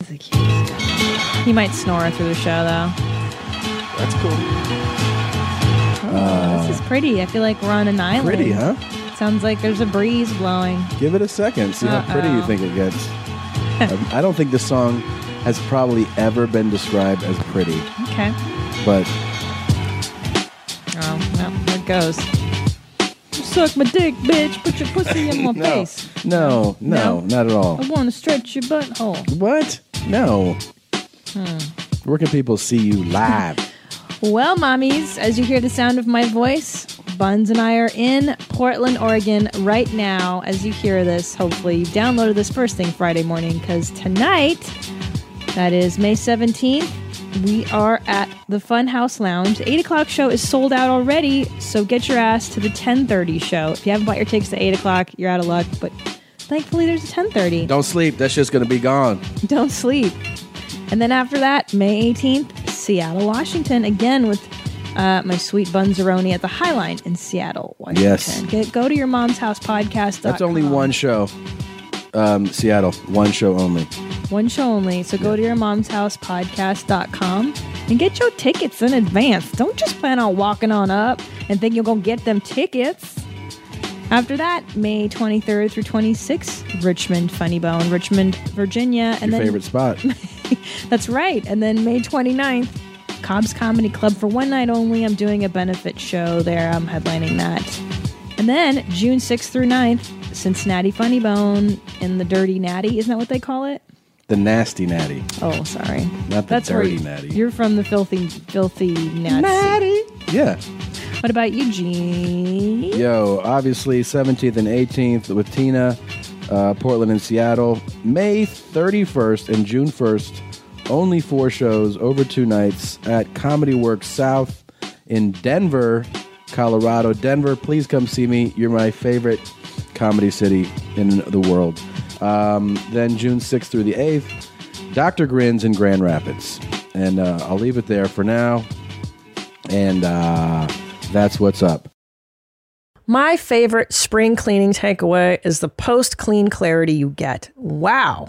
the cutest dog. He might snore through the show, though. That's cool. This is pretty. I feel like we're on an island. Pretty, huh? Sounds like there's a breeze blowing. Give it a second. See how pretty you Uh-oh. think it gets. Um, I don't think this song has probably ever been described as pretty, Okay. but Oh, well, there it goes. You suck my dick, bitch. Put your pussy in my no, face. no, No? no, not at all. I want to stretch your butthole. What? No. Hmm. Where can people see you live? Well, mommies, as you hear the sound of my voice, Buns and I are in Portland, Oregon right now. As you hear this, hopefully you downloaded this first thing Friday morning because tonight, that is May 17th, we are at the Funhouse Lounge. The 8 o'clock show is sold out already, so get your ass to the 1030 show. If you haven't bought your tickets to 8 o'clock, you're out of luck, but thankfully there's a 1030. Don't sleep. That shit's gonna be gone. Don't sleep. And then after that, May 18th, Seattle, Washington, again with uh, my sweet Bunzeroni at the Highline in Seattle, Washington. Yes. Get, go to your mom's house podcast. That's only one show. Um, Seattle, one show only. One show only. So go to your mom's house podcast.com and get your tickets in advance. Don't just plan on walking on up and think you're going to get them tickets. After that, May 23rd through 26th, Richmond Funny Bone, Richmond, Virginia. And Your then favorite spot. That's right. And then May 29th, Cobb's Comedy Club for one night only. I'm doing a benefit show there. I'm headlining that. And then June 6th through 9th, Cincinnati Funny Bone and the Dirty Natty. Isn't that what they call it? the nasty natty. Oh, sorry. Not the where Dirty you- Natty. You're from the filthy, filthy Natty. Yeah. What about you, Gene? Yo, obviously 17th and 18th with Tina, uh, Portland and Seattle. May 31st and June 1st, only four shows over two nights at Comedy Works South in Denver, Colorado. Denver, please come see me. You're my favorite comedy city in the world. Um, then June 6th through the 8th, Dr. Grins in Grand Rapids. And uh, I'll leave it there for now. And uh, that's what's up. My favorite spring cleaning takeaway is the post clean clarity you get. Wow.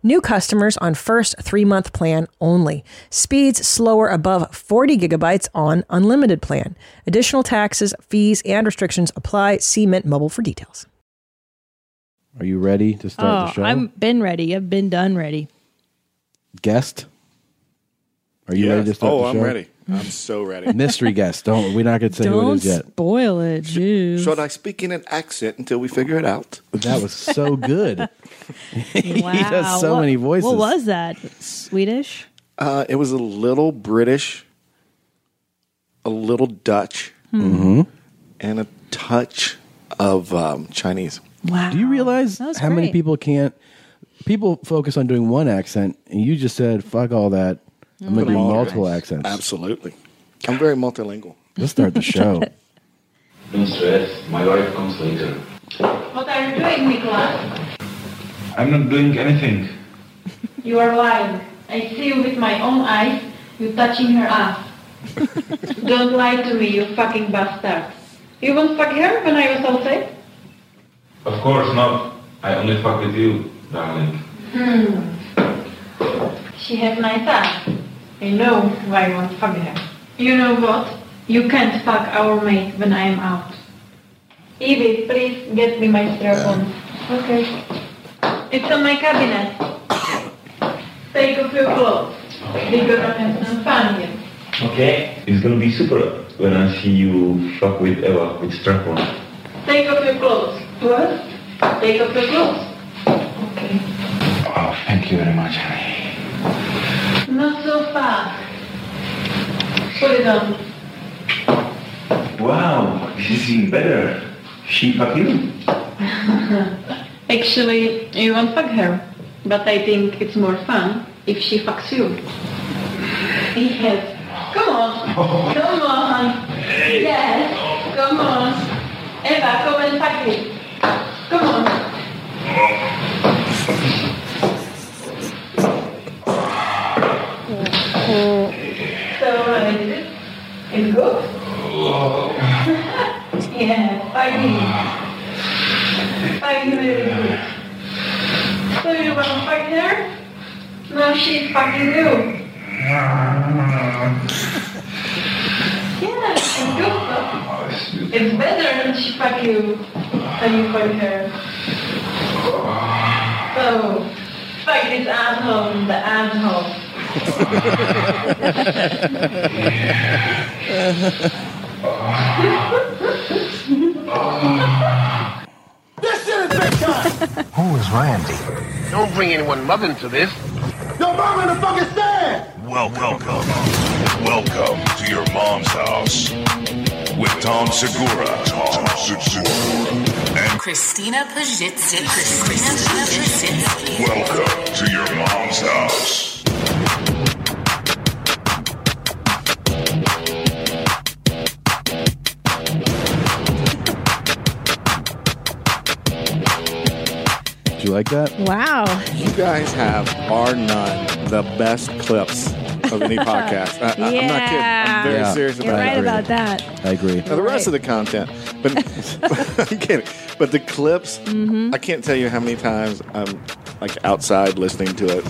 New customers on first three-month plan only. Speeds slower above 40 gigabytes on unlimited plan. Additional taxes, fees, and restrictions apply. See Mint Mobile for details. Are you ready to start Oh, the show? I've been ready. I've been done ready. guest. Are you ready to start oh, the show? I'm ready. I'm so ready. Mystery guest. Don't we're not going to say who it Don't is yet. spoil it, Jews. Should I speak in an accent until we figure it out? That was so good. wow. He does so What- many voices. What was that? Swedish? Uh, it was a little British, a little Dutch, Mm-hmm. and a touch of um, Chinese. Wow. Do you realize That how was many great. people can't? People focus on doing one accent, and you just said, "Fuck all that." Oh I'm going to do Multiple. multiple accents. Absolutely. I'm very multilingual. Let's start the show. Don't stress, my wife comes later. What are you doing, Nicolas? I'm not doing anything. You are lying. I see you with my own eyes. You touching her ass. Don't lie to me, you fucking bastard. You won't fuck her when I was outside? Of course not. I only fuck with you, darling. She has nice ass. I know why you won't fuck her. You know what? You can't fuck our mate when I am out. Evie, please get me my strap on. Okay. It's on my cabinet. Take off your clothes. We're gonna have some fun here. Okay. It's gonna be super. when I see you fuck with Eva with strap on. Take off your clothes. What? Take off your clothes. Okay. Oh, thank you very much, honey. Not so fast. Put it on. Wow, this is even better. She fuck you. Actually, you won't fuck her, but I think it's more fun if she fucks you. Yes. Come on. Come on. Yes. Come on. Eva, come and fuck me. Come on. So, uh, is it? It's good? yeah, I mean. I'm really good. So you want to fight her? No, she's fucking you. yeah, it's good though. It's better than she fuck you than you fight her. So, fuck this asshole and the asshole. Who is Randy? Don't bring anyone mother into this. Your mom in the fucking stand! Welcome, welcome to your mom's house with Tom Segura, Tom Segura, and Christina Pajitsky. Christina Pajitsky. welcome to your mom's house. Did you like that? Wow. You guys have, bar none, the best clips of any podcast. I, I, I'm not kidding. Yeah. I'm very Yeah. serious You're about right it. about that. I agree. Now, the Right. rest of the content, but I'm kidding. But the clips, I can't tell you how many times I'm like outside listening to it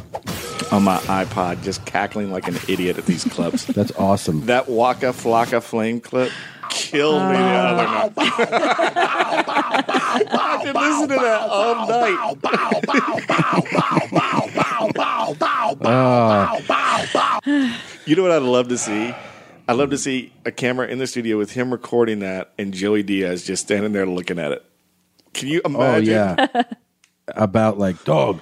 on my iPod, just cackling like an idiot at these clips. That's awesome. that Waka Flocka Flame clip killed me the Ah. other night. I could listen to that all night. Ah, You know what I'd love to see? I'd love to see a camera in the studio with him recording that and Joey Diaz just standing there looking at it. Can you oh imagine? yeah. About like dog,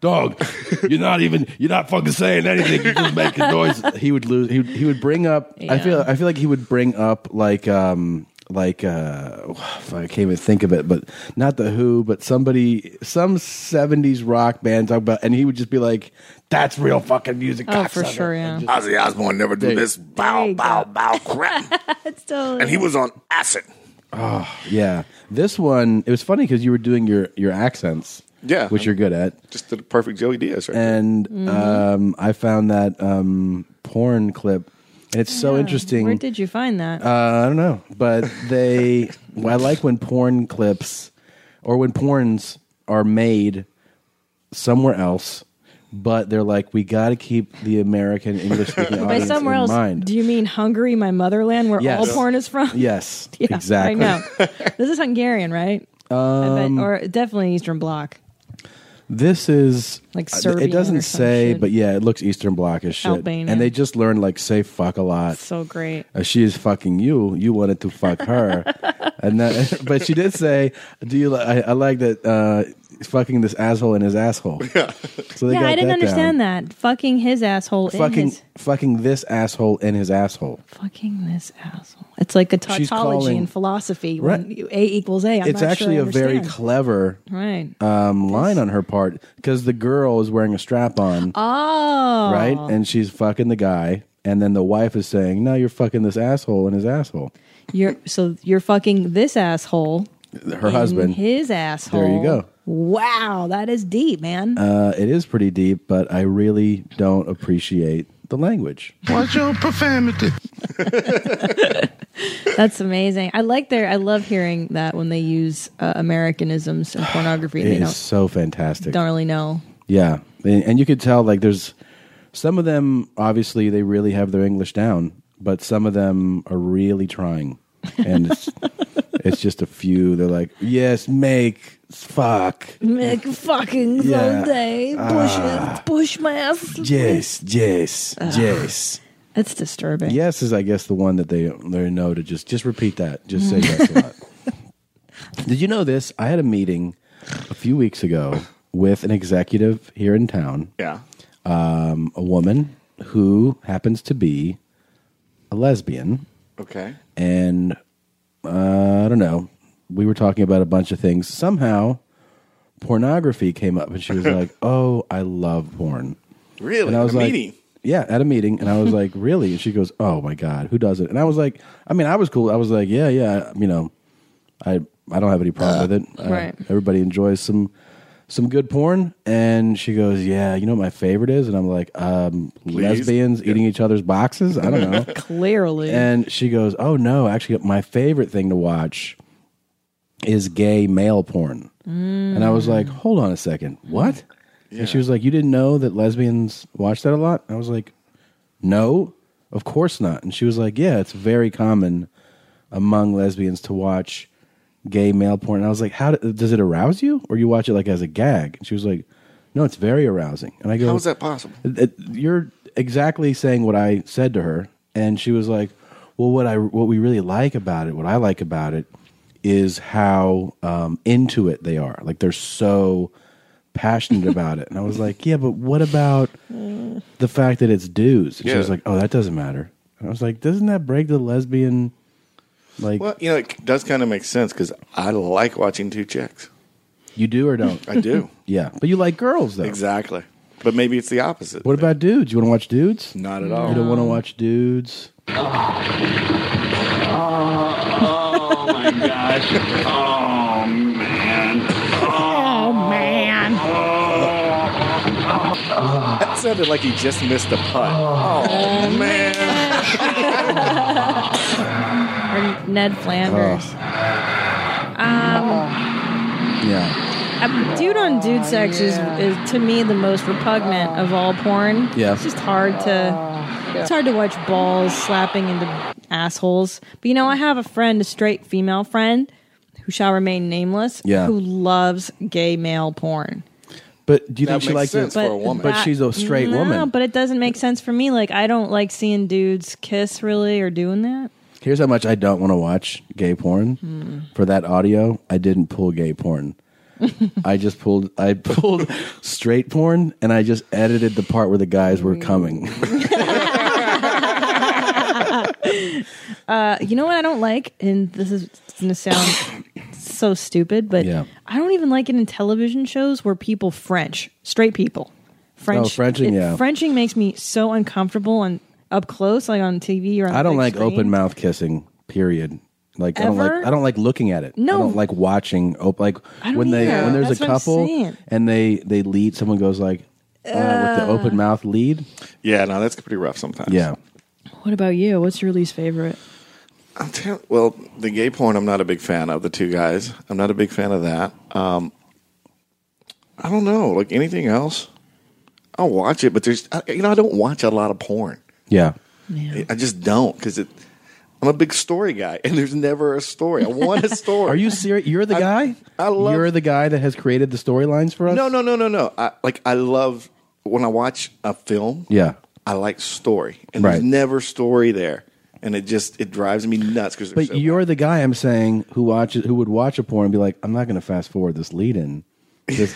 dog. You're not even. You're not fucking saying anything. You're just making noise. He would lose. He would, he would bring up. I feel. I feel like he would bring up like um like uh I can't even think of it, but not the Who, but somebody some '70s rock band talk about, and he would just be like, "That's real fucking music." Oh, for cocksucker." sure, yeah. Ozzy Osbourne never do this bow, you bow, bow crap. It's totally. and he was on acid. Yeah, this one it was funny because you were doing your your accents, Yeah. which you're good at, Just the perfect Joey Diaz right and Mm-hmm. um, I found that um, porn clip, and it's so interesting. Where did you find that? uh, I don't know, but they I like when porn clips or when porns are made somewhere else. But they're like, we got to keep the American English speaking By audience somewhere in else, mind. do you mean Hungary, my motherland, where Yes. all porn is from? yes, Yeah, exactly. I know. this is Hungarian, right? Um, or definitely Eastern Bloc. This is Like uh, Serbian It doesn't or some say, shit. but yeah, it looks Eastern Bloc as shit. Albania. And they just learned like say fuck a lot. So great. Uh, she is fucking you. You wanted to fuck her, and that, but she did say, "Do you?" Li- I, I like that. Uh, fucking this asshole and his asshole. Yeah. So they yeah, got I didn't that understand down. that. Fucking his asshole in Fucking, his fucking this asshole and his asshole. fucking this asshole. It's like a tautology She's calling- in philosophy. When Right. you- A equals A. I'm it's not actually sure I a very understand. clever right. um, line on her part because the girl is wearing a strap on. oh, right? And she's fucking the guy, and then the wife is saying, "No, you're fucking this asshole and his asshole, You're so you're fucking this asshole. her in husband." His asshole. There you go. Wow, that is deep, man. Uh, it is pretty deep, but I really don't appreciate the language. Watch your profanity. That's amazing. I like their. I love hearing that when they use uh, Americanisms in pornography. It and they is don't so fantastic. don't really know. Yeah, and and you could tell like there's some of them obviously they really have their English down, but some of them are really trying, and it's, it's just a few. They're like, "Yes, make fuck." Make fucking Yeah. Ah. someday push it, push my ass. Yes, yes, yes. It's disturbing. Yes is, I guess, the one that they they know to just just repeat that. Just say yes a lot. Did you know this? I had a meeting a few weeks ago with an executive here in town. Yeah. Um, a woman who happens to be a lesbian, Okay. and uh, I don't know. We were talking about a bunch of things. Somehow, pornography came up, and she was like, "Oh, I love porn." Really? And I was a like, meeting? Yeah, at a meeting, and I was like, really? And she goes, oh my god, who does it? And I was like, I mean, I was cool. I was like, yeah, yeah, you know, I I don't have any Uh, problem with it. I- Right. everybody enjoys some some good porn. And she goes, yeah, you know, what my favorite is, and I'm like, um, lesbians eating each other's boxes. I don't know. Clearly. And she goes, "Oh no, actually, my favorite thing to watch is gay male porn." And I was like, "Hold on a second, what?" Yeah. And she was like, "You didn't know that lesbians watch that a lot?" I was like, "No, of course not." And she was like, "Yeah, it's very common among lesbians to watch gay male porn." And I was like, "How do, does it arouse you, or you watch it like as a gag?" And she was like, "No, it's very arousing." And I go, How is that possible? it- you're exactly saying what I said to her, and she was like, "Well, what I what we really like about it, what I like about it, is how um, into it they are. Like they're so passionate about it." And I was like, "Yeah, but what about the fact that it's dudes?" And she Yeah. was like, "Oh, that doesn't matter." And I was like, "Doesn't that break the lesbian?" Like Well, you know, it does kind of make sense because I like watching two chicks. you do or don't? I do. yeah, but you like girls though. Exactly. But maybe it's the opposite. What about dudes? You want to watch dudes? Not at all. You don't want to watch dudes. Oh my gosh. Oh man. Oh man. That sounded like he just missed a putt. Oh, or Ned Oh. Flanders. Um, Yeah. um, dude on dude sex is, is to me the most repugnant of all porn. Yeah. it's just hard to it's hard to watch balls slapping into assholes. But you know, I have a friend, a straight female friend, who shall remain nameless, Yeah. who loves gay male porn. But do you That think she makes likes sense it? for a woman. But she's a straight no, woman. but it doesn't make sense for me. Like I don't like seeing dudes kiss really or doing that. Here's how much I don't want to watch gay porn. Hmm. For that audio, I didn't pull gay porn. I just pulled I pulled straight porn and I just edited the part where the guys were coming. Uh, you know what I don't like, and this is going to sound so stupid, but Yeah. I don't even like it in television shows where people French, straight people, French. Oh, Frenching, it- yeah. Frenching makes me so uncomfortable and up close, like on TV or on. I the don't big like screen. open mouth kissing. Period. Like I don't Ever? like I don't like looking at it. No. I don't like watching. Op- like I don't when they either. when there's That's a what I'm couple saying. and they they lead. Someone goes like uh, with the open mouth lead. Yeah, no, that's pretty rough sometimes. Yeah. What about you? What's your least favorite? I'm tell- well, the gay porn, I'm not a big fan of the two guys. I'm not a big fan of that. Um, I don't know. Like anything else, I'll watch it, but there's, I, you know, I don't watch a lot of porn. Yeah. I just don't because it. I'm a big story guy, and there's never a story. I want a story. Are you serious? You're the guy. I love- You're the guy that has created the storylines for us. No, no, no, no, no. I, like I love when I watch a film. Yeah. I like story, and Right. there's never story there, and it just it drives me nuts because. But you're the guy I'm saying who watches who would watch a porn and be like, I'm not going to fast forward this lead in.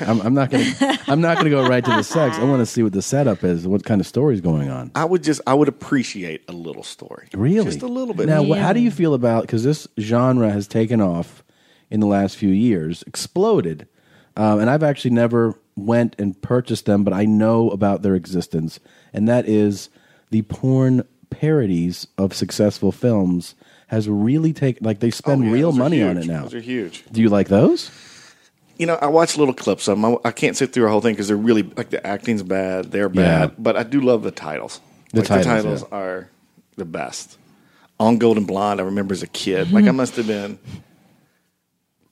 I'm, I'm not going. to I'm not going to go right to the sex. I want to see what the setup is, what kind of story's going on. I would just I would appreciate a little story, Really, just a little bit. Oh, Now, wh- Yeah. how do you feel about because this genre has taken off in the last few years, exploded, um, and I've actually never went and purchased them, but I know about their existence, and that is the porn parodies of successful films has really taken like they spend Oh, Yeah, real those are money on huge. it now. Those are huge. Do you like those? You know, I watch little clips of them. I, I can't sit through a whole thing because they're really like the acting's bad, they're bad, Yeah. but I do love the titles. The like, titles, the titles yeah. are the best. On Golden Blonde, I remember as a kid, like I Mm-hmm. must have been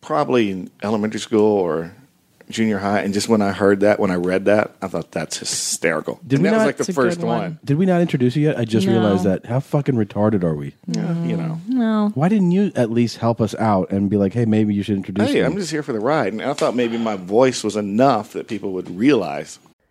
probably in elementary school or junior high, and just when I heard that, when I read that, I thought that's hysterical. Did and we that not- was like It's the a good first one. one. Did we not introduce you yet? I just No. realized that. How fucking retarded are we? Yeah, you know. No, Why didn't you at least help us out and be like, hey, maybe you should introduce Hey, me? I'm just here for the ride, and I thought maybe my voice was enough that people would realize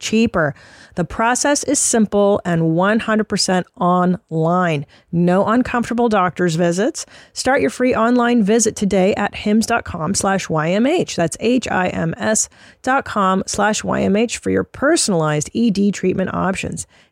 cheaper. The process is simple and 100% online. No uncomfortable doctor's visits. Start your free online visit today at hims.com slash YMH. That's H-I-M-S dot com slash YMH for your personalized E ED treatment options.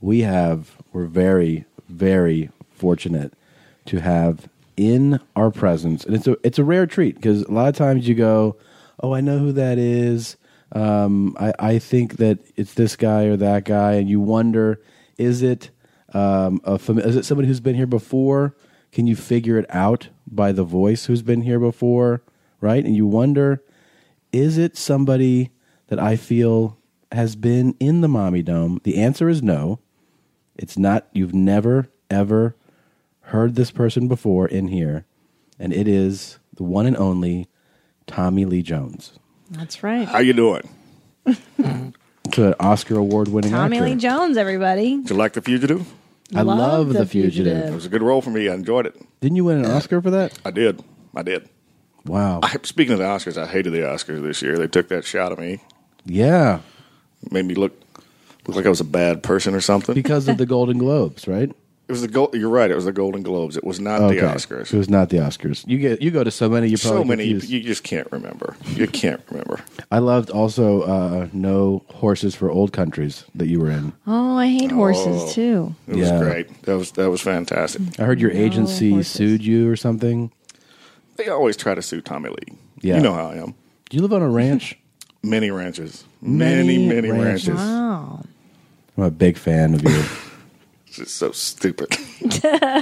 We have, we're very, very fortunate to have in our presence, and it's a, it's a rare treat because a lot of times you go, oh, I know who that is. Um, I, I think that it's this guy or that guy, and you wonder, is it um, a fam- is it somebody who's been here before? Can you figure it out by the voice who's been here before, right? And you wonder, is it somebody that I feel has been in the mommy dome? The answer is no. It's not. You've never ever heard this person before in here, and it is the one and only Tommy Lee Jones, That's right. How you doing? to an Oscar award winning Tommy actor. Lee Jones, everybody. Did you like The Fugitive? I love, the, fugitive. It was a good role for me. I enjoyed it. Didn't you win an Oscar for that? I did. I did. Wow. I, speaking of the Oscars, I hated the Oscars this year. They took that shot of me, Yeah, made me look look like I was a bad person or something. because of the Golden Globes, right? it was the gold. You're right. It was the Golden Globes. It was not Okay. the Oscars. It was not the Oscars. You get you go to so many. You're probably so many you, confused. you just can't remember. You can't remember. I loved also uh, no horses for old countries that you were in. Oh, I hate Oh. horses too. It Yeah. was great. That was that was fantastic. I heard your agency horses. sued you or something. They always try to sue Tommy Lee. Yeah. You know how I am. Do you live on a ranch? Many ranches. Many, many, ranches. Wow. I'm a big fan of you. It's just so stupid.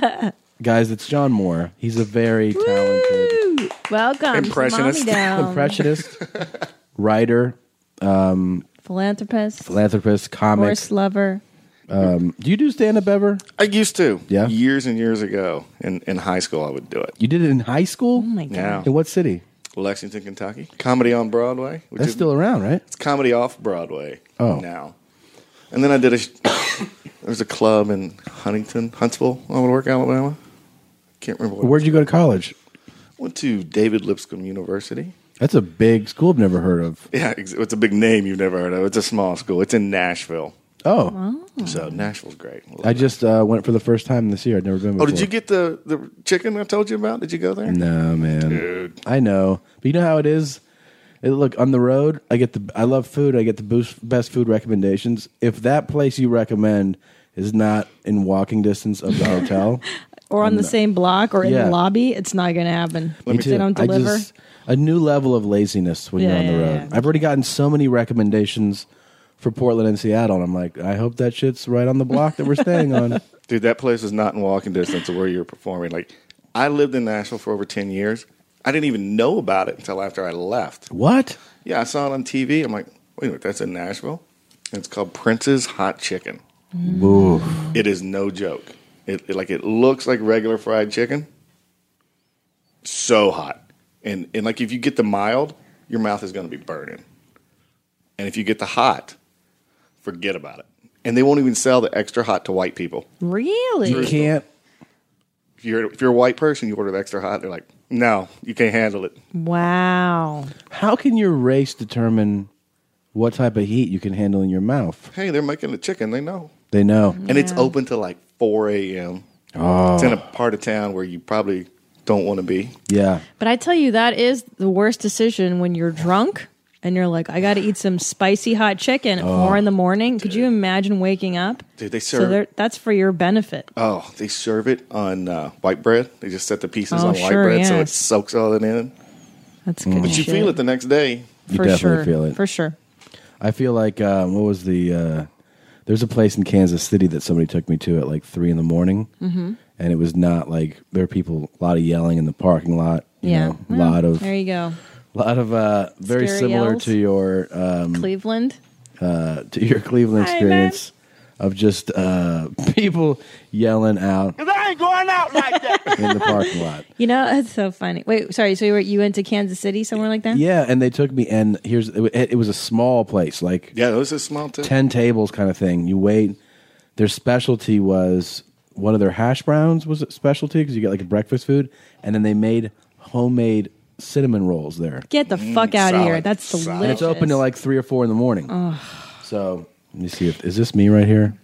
Guys, it's John Moore. He's a very talented Woo! Welcome to Mommy Impressionist. Down. impressionist, writer, Philanthropist, philanthropist, comic. horse lover. Do you do stand up ever? I used to. Yeah. Years and years ago. In in high school I would do it. You did it in high school? Oh my God. Yeah. In what city? Lexington, Kentucky. Comedy on Broadway. Which That's is still around, right? it's comedy off Broadway Oh. now. And then I did a there's a club in Huntington, Huntsville, I would work Alabama. Can't remember what Where'd you go to college? went to David Lipscomb University. That's a big school I've never heard of. Yeah, ex- it's a big name you've never heard of. It's a small school. It's in Nashville. Oh, So Nashville's great. I just uh, went for the first time this year. I'd never been before. Oh, did you get the the chicken I told you about? Did you go there? No, man. Dude. I know, but you know how it is. It- look on the road. I get the. I love food. I get the boost, best food recommendations. If that place you recommend is not in walking distance of the hotel, or on the same block or in Yeah. the lobby, it's not going to happen. Me If they too. don't I deliver. just- a new level of laziness when Yeah, you're on the yeah, road. I've already gotten so many recommendations for Portland and Seattle, and I'm like, I hope that shit's right on the block that we're staying on. Dude, that place is not in walking distance of where you're performing. Like, I lived in Nashville for over 10 years. I didn't even know about it until after I left. What? Yeah, I saw it on TV. I'm like, wait a minute, that's in Nashville? And it's called Prince's Hot Chicken. Ooh. It is no joke. It, it- like it looks like regular fried chicken. So hot. And and like if you get the mild, your mouth is going to be burning. And if you get the hot, forget about it. And they won't even sell the extra hot to white people. Really? You can't. If you're if you're a white person, you order the extra hot, they're like, "No, you can't handle it." Wow. How can your race determine what type of heat you can handle in your mouth? Hey, they're making the chicken, they know. They know. And it's open to like 4 a.m. Oh. It's in a part of town where you probably don't want to be. Yeah. But I tell you, that is the worst decision when you're drunk and you're like, I got to eat some spicy hot chicken at Oh, four in the morning. Could you imagine waking up? Dude, they So serve they're- that's for your benefit. Oh, they serve it on uh, white bread. They just set the pieces Oh, on white sure, bread so it yes. soaks all that in. That's good But you Oh, shit. feel it the next day. You definitely feel it. For sure. I feel like um, what was the? Uh, there's a place in Kansas City that somebody took me to at like three in the morning, Mhm. and it was not like there were people a lot of yelling in the parking lot. You yeah. know, Well, lot of There you go. lot of uh, very Scary similar yells. to your um, Cleveland. uh, to your Cleveland Hi, experience of just uh, people yelling out Cause I ain't going out like that. in the parking lot. You know, it's so funny. Wait, sorry. So you, were, you went to Kansas City, somewhere like that? Yeah, and they took me and here's it, wa- it was a small place like yeah, it was a small town. ten tables kind of thing. You wait. Their specialty was one of their hash browns was a specialty because you get like a breakfast food, and then they made homemade cinnamon rolls there. Get the Mm, fuck out of here. That's delicious. And it's open to like three or four in the morning. Ugh. So let me see if is this me right here?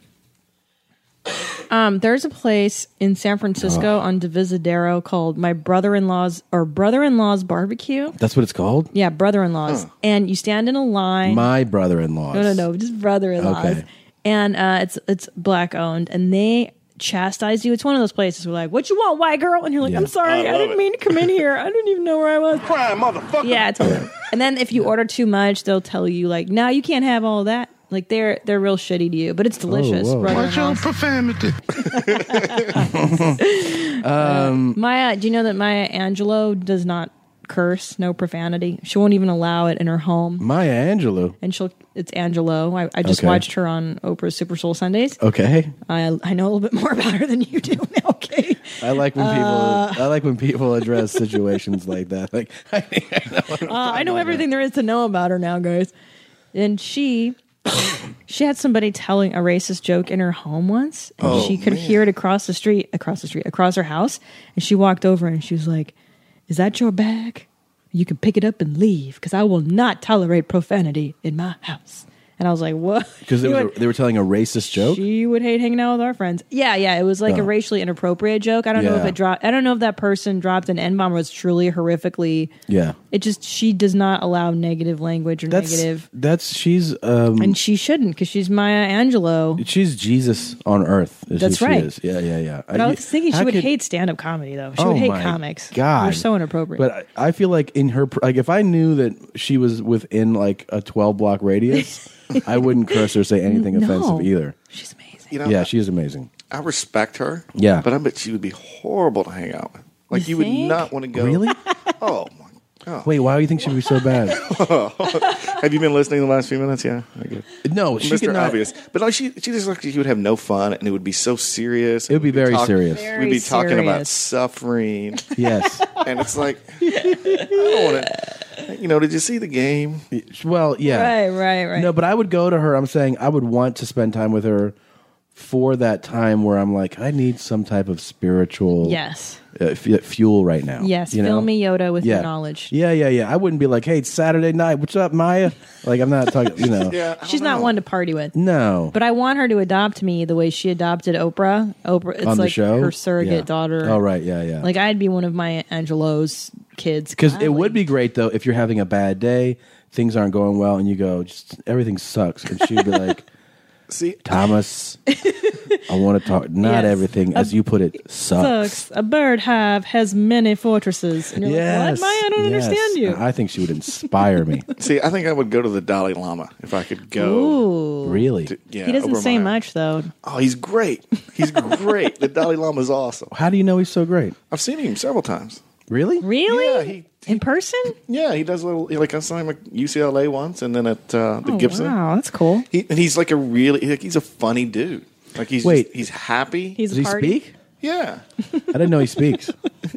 Um, there's a place in San Francisco Oh. on Divisadero called My Brother in Law's or Brother in Law's Barbecue. That's what it's called. Yeah, brother in laws. Huh. And you stand in a line. My brother-in-law. No, no, no, just brother in laws. Okay. And uh, it's it's black owned, and they chastise you. It's one of those places where like, what you want, white girl? And you're like, Yeah. I'm sorry, I I, love didn't it. mean to come in here. I didn't even know where I was. Crying, motherfucker. Yeah, totally. and then if you order too much, they'll tell you like, no, you can't have all that. Like they're they're real shitty to you, but it's delicious. Oh, whoa. brother Watch your profanity. Um, Uh, Maya, do you know that Maya Angelou does not curse, no profanity. She won't even allow it in her home. Maya Angelou. And she'll it's Angelo. I, I just Okay. watched her on Oprah's Super Soul Sundays. Okay, I I know a little bit more about her than you do. I like when people Uh. I like when people address situations like that. Like I, Uh, I know everything there is to know about her now, guys. And she she had somebody telling a racist joke in her home once, and Oh, she could man. hear it across the street, across the street, across her house. And she walked over and she was like, "Is that your bag? You can pick it up and leave, because I will not tolerate profanity in my house." And I was like, "What?" because You they, would- they were telling a racist joke. She would hate hanging out with our friends. Yeah, yeah. It was like Oh. a racially inappropriate joke. I don't know if Yeah. it dropped. I don't know if that person dropped an n bomb. Was truly horrifically. Yeah. It just she does not allow negative language or That's negative, that's she's um and she shouldn't because she's Maya Angelou. she's Jesus on earth. Is That's who right. She is. Yeah, yeah, yeah. But I, was thinking she how would could- hate stand up comedy though. She Oh would hate my comics. God, they're so inappropriate. But I, I feel like in her pr- like if I knew that she was within like a twelve block radius, I wouldn't curse or say anything No. offensive either. She's amazing. You know, yeah, she is amazing. I respect her. Yeah. But I bet she would be horrible to hang out with. Like, you, You would think? not want to go. Really? oh, my God. Wait, why do you think she'd be so bad? have you been listening the last few minutes? Yeah. I get it. No, she Mr. could not- Obvious. But no, she, she just looked like she would have no fun and it would be so serious. It would be very serious. we'd be Very talking about serious. suffering. Yes. and it's like, I don't want to. You know, did you see the game? Well, yeah. Right, right, right. No, but I would go to her. I'm saying I would want to spend time with her for that time where I'm like, I need some type of spiritual Yes. uh, f- fuel right now. yes, you know? fill me Yoda with yeah. your knowledge. Yeah, yeah, yeah. I wouldn't be like, hey, it's Saturday night. What's up, Maya? Like, I'm not talking, you know. She's not one to party with. No. But I want her to adopt me the way she adopted Oprah. Oprah, it's On the like show? her surrogate Yeah. daughter. Oh, right. Yeah, yeah. Like I'd be one of my Angelo's kids. Because it would be great, though, if you're having a bad day, things aren't going well, and you go, just everything sucks. And she'd be like, See, Thomas, I want to talk. Not everything, as you put it, Uh, sucks. Sucks. A bird hive has many fortresses. And you're like, Yes, what, Maya? I don't yes. understand you. I think she would inspire me. See, I think I would go to the Dalai Lama if I could go. Ooh. Really? to- yeah, he doesn't over say my- much, though. Oh, he's great. He's great. the Dalai Lama is awesome. How do you know he's so great? I've seen him several times. Really? Really? Yeah, he, In person? yeah, he does little. Like I saw him at UCLA once, and then at uh, the Oh, Gibson. Wow, that's cool. He, and he's like a really like he's a funny dude. Like he's Wait. just- he's happy. He's Does he party. speak? yeah, I didn't know he speaks.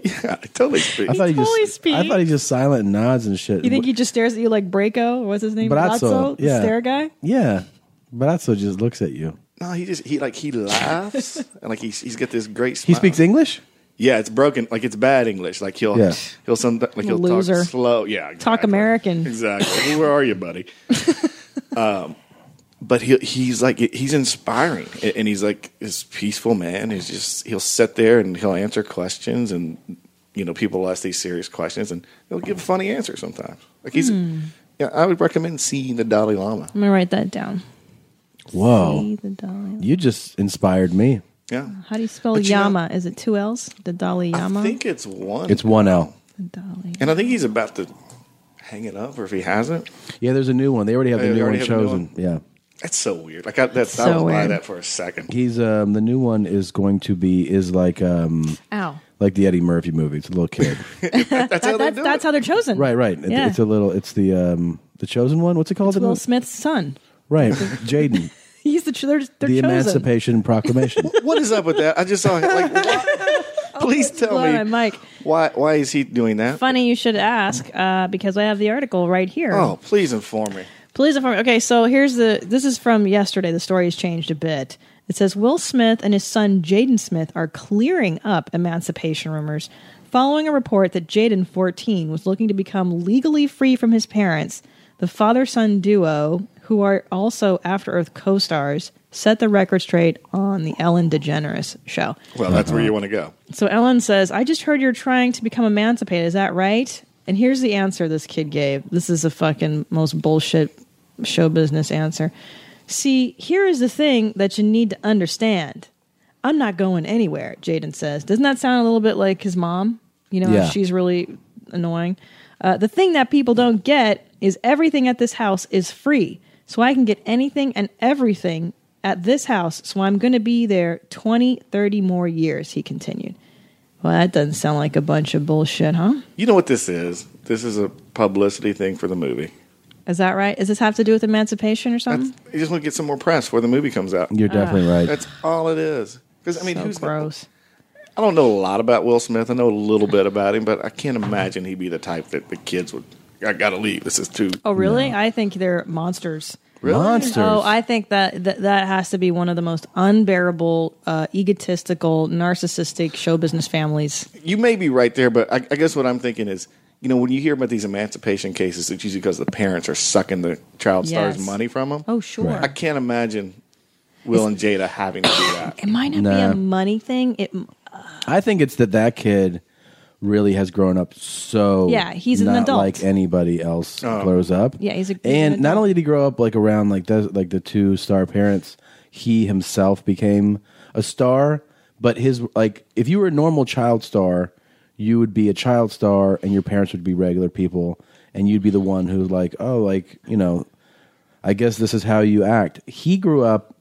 yeah. I totally speak. I thought he, totally just. I thought speaks. he just silent and nods and shit. You think he just stares at you like Braco? Or what's his name? Brazzo, the yeah. stare guy? yeah, but also just looks at you. no, he just he like he laughs and like he's he's got this great. He Smile. speaks English. Yeah, it's broken. Like it's bad English. Like he'll Yeah. he'll some like he'll Loser. talk slow. Yeah, Talk exactly. American. Exactly. Where are you, buddy? um, but he he's like he's inspiring, A- and he's like this peaceful man. He's just he'll sit there and he'll answer questions, and you know people will ask these serious questions, and he'll give funny answers sometimes. Like he's Hmm. yeah, I would recommend seeing the Dalai Lama. I'm going to write that down. Whoa, Oh. See the Dalai- you just inspired me. Yeah, How do you spell But you know- Yama? Is it two L's? The Dalai Yama? I think it's one. It's one L. The Dalai. and I think he's about to hang it up, or if he hasn't, Yeah, there's a new one. They already have Oh, the yeah, they new one already have the new chosen. Yeah, that's so weird. Like I, that's I So don't buy weird. that for a second. he's um the new one is going to be is like um Ow. like the Eddie Murphy movie. It's a little kid. That's how they That's, do that's it. how they're chosen. right, right. It- Yeah. It's a little. It's the um the chosen one. What's it called? Will Smith's son. right, Jaden. He's the, ch- they're, they're The chosen. Emancipation Proclamation. what is up with that? I just saw it. Like, why- please tell Blow my me mic. why. Why is he doing that? Funny you should ask, uh, because I have the article right here. Oh, please inform me. Police inform. Okay, so here's the. This is from yesterday. The story has changed a bit. It says Will Smith and his son Jaden Smith are clearing up emancipation rumors following a report that Jaden, 14, was looking to become legally free from his parents. The father-son duo, who are also After Earth co-stars, set the record straight on the Ellen DeGeneres show. Well, that's Uh-huh. where you want to go. So Ellen says, I just heard you're trying to become emancipated. Is that right? And here's the answer this kid gave. This is the fucking most bullshit show business answer. See, here is the thing that you need to understand. I'm not going anywhere, Jaden says. Doesn't that sound a little bit like his mom? You know, Yeah. she's really annoying. Uh, the thing that people don't get is everything at this house is free. So I can get anything and everything at this house. So I'm going to be there 20, 30 more years, he continued. Well, that doesn't sound like a bunch of bullshit, huh? You know what this is? This is a publicity thing for the movie. Is that right? Does this have to do with emancipation or That's, something? you just want to get some more press before the movie comes out. You're definitely Uh, right. That's all it is. Because I mean, so who's gross. I don't know a lot about Will Smith. I know a little bit about him, but I can't imagine he'd be the type that the kids would. I gotta leave. This is too. Oh, really? I think they're monsters. Monsters. Oh, I think that, that that has to be one of the most unbearable, uh, egotistical, narcissistic show business families. you may be right there, but I, I guess what I'm thinking is, you know, when you hear about these emancipation cases, it's usually because the parents are sucking the child Yes. stars money from them. Oh, sure. I can't imagine Will and Jada having to do that. It might not be Nah. a money thing. It I think it's that that kid really has grown up so Yeah, he's an not adult. like anybody else grows up. Yeah, he's a- he's and an not adult. only did he grow up like around like the like the two star parents, he himself became a star. But his like if you were a normal child star, you would be a child star, and your parents would be regular people, and you'd be the one who's like, oh, like you know, I guess this is how you act. He grew up,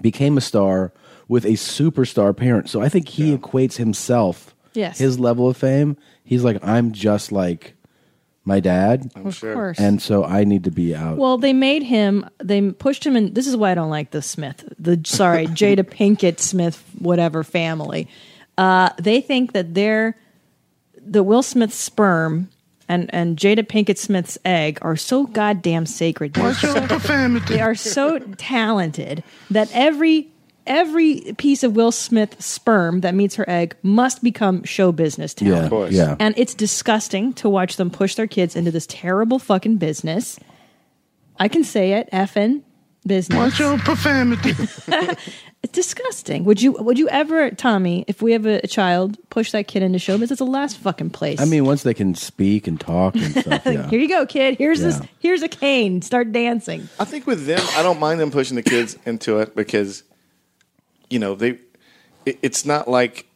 became a star with a superstar parent. So I think he equates himself, Yes. his level of fame. He's like, I'm just like my dad. of course. And so I need to be out. well, they made him. They pushed him in. This is why I don't like the Smith. The sorry, Jada Pinkett Smith, whatever family. Uh, they think that they're the Will Smith's sperm and and Jada Pinkett Smith's egg are so goddamn sacred. They're so- they are so talented that every every piece of Will Smith's sperm that meets her egg must become show business talent. yeah, course. yeah. And it's disgusting to watch them push their kids into this terrible fucking business. I can say it, effing. business. Watch your profanity. It's disgusting. Would you would you ever, Tommy, if we have a, a child, push that kid into show business? It's the last fucking place. I mean, once they can speak and talk and stuff, yeah. Here you go, kid. Here's this. Yeah. Here's a cane. Start dancing. I think with them, I don't mind them pushing the kids into it because, you know, they. It, it's not like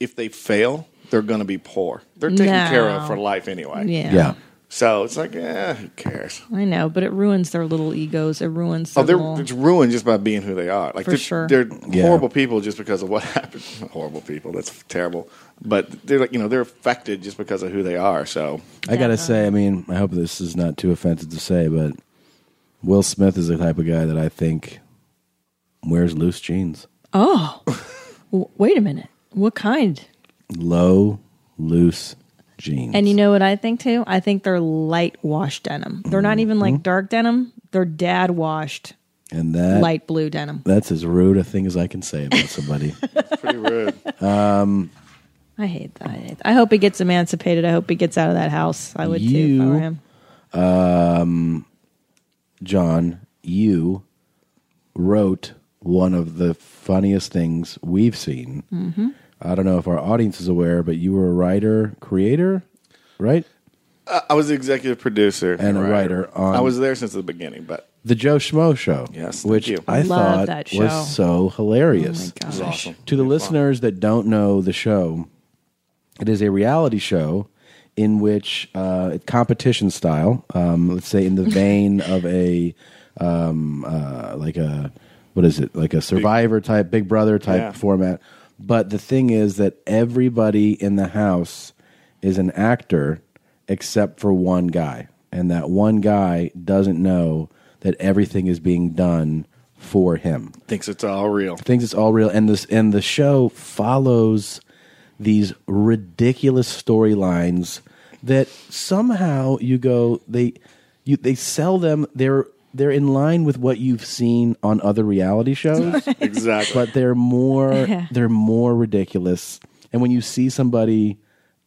if they fail, they're going to be poor. They're taken No. care of for life anyway. Yeah. Yeah. So it's like, eh, who cares? I know, but it ruins their little egos. It ruins. Oh, Their they're little- it's ruined just by being who they are. Like For they're, sure. they're Yeah. horrible people just because of what happened. horrible people. That's terrible. But they're like you know they're affected just because of who they are. So I gotta say, I mean, I hope this is not too offensive to say, but Will Smith is the type of guy that I think wears loose jeans, Oh, w- wait a minute. What kind? low, loose jeans. And you know what I think too? I think they're light wash denim. They're Mm-hmm. not even like dark denim. They're dad washed And that light blue denim. That's as rude a thing as I can say about somebody. pretty rude. Um, I hate that. I, hate that. I hope he gets emancipated. I hope he gets out of that house. I would too if I were him. Oh um, John, you wrote one of the funniest things we've seen. Mm-hmm. I don't know if our audience is aware, but you were a writer, creator, right? I, I was the executive producer And a writer on- I was there since the beginning, but The Joe Schmo Show. Yes, which thank you. I Love thought that show. was so hilarious. Oh my It was gosh. awesome. To the listeners that don't know the show, it is a reality show in which uh, competition style, um, let's say in the vein of a um, uh, like a what is it like a Survivor type, Big Brother type Yeah. format. But the thing is that everybody in the house is an actor except for one guy. And that one guy doesn't know that everything is being done for him. thinks it's all real. Thinks it's all real. And this and the show follows these ridiculous storylines that somehow you go they you they sell them they're they're in line with what you've seen on other reality shows exactly but they're more Yeah. they're more ridiculous and when you see somebody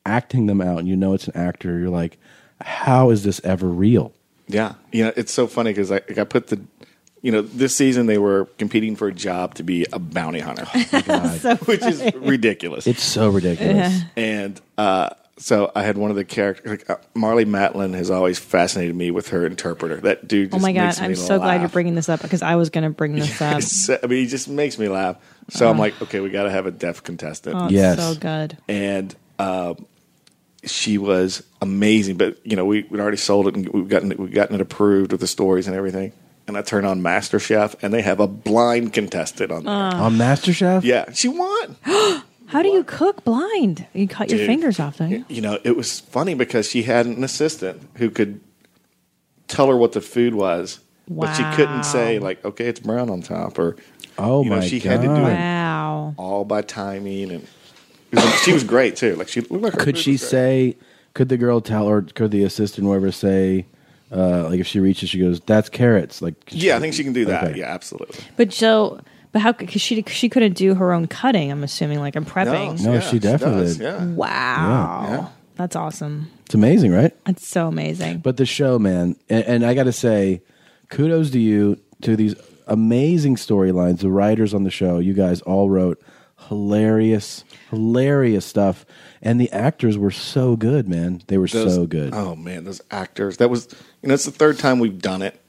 acting them out and you know it's an actor you're like how is this ever real Yeah, you know it's so funny because I, like, I put the, you know, this season they were competing for a job to be a bounty hunter, which is ridiculous. it's so ridiculous Yeah. And uh, so I had one of the characters, like, uh, Marley Matlin, has always fascinated me with her interpreter. That dude. Oh Just my god! makes me I'm so glad you're laugh. bringing this up because I was going to bring this up. So- I mean, he just makes me laugh. So I'm Ah. like, okay, we got to have a deaf contestant. Oh, it's Yes. so good. And um, she was amazing. But you know, we we'd already sold it and we've gotten we've gotten it approved with the stories and everything. And I turn on MasterChef, and they have a blind contestant on there. Ah. On MasterChef? Yeah, she won. How do you cook blind? You cut your Dude. fingers off, don't you? you know, it was funny because she had an assistant who could tell her what the food was, but she Wow. couldn't say like, okay, it's brown on top, or oh you know, my she god had to do it Wow. all by timing, and it was- she was great too. Like she looked like her could food she was great. say could the girl tell or could the assistant whoever say uh, like if she reaches she goes that's carrots like Yeah, I think she can do that. Okay. Yeah, absolutely. But so, but how? Because she she couldn't do her own cutting. I'm assuming, like I'm prepping. No, yeah, she she definitely does, did. yeah. Wow, Yeah. Yeah. that's awesome. it's amazing right That's so amazing. But the show, man, and, and I got to say, kudos to you to these amazing storylines. The writers on the show, you guys all wrote hilarious, hilarious stuff, and the actors were so good, man. They were Those- so good. Oh man, those actors. That was you know, it's the third time we've done it.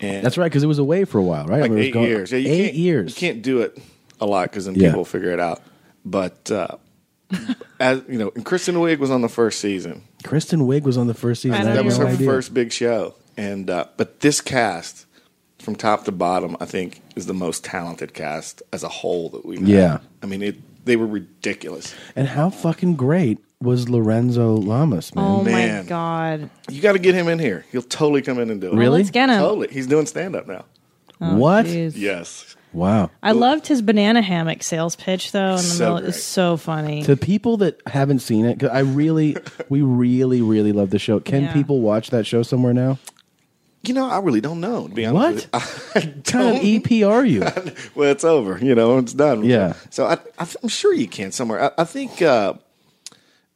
And That's right, because it was away for a while, right? I Like mean, it was eight going- years. Yeah, you eight can't, years. You can't do it a lot because then Yeah. people figure it out. But uh, as you know, and Kristen Wiig was on the first season. Kristen Wiig was on the first season. I that had was no her idea. first big show. And uh, but this cast, from top to bottom, I think is the most talented cast as a whole that we've. had. Yeah. I mean it. They were ridiculous. And how fucking great was Lorenzo Lamas, man? Oh Man. my god. You got to get him in here. He'll totally come in and do it. Well, Really? let's get him. Totally. He's doing stand up now. what? Yes. Wow. Oh, I loved his banana hammock sales pitch though. In the So middle, great. it's so funny. To people that haven't seen it, 'cause I really, we really, really love the show. Can Yeah. people watch that show somewhere now? You know, I really don't know. To be honest, what with you. I kind of don't- EP are you? well, it's over. You know, it's done. Yeah. So I, I th- I'm sure you can somewhere. I, I think uh,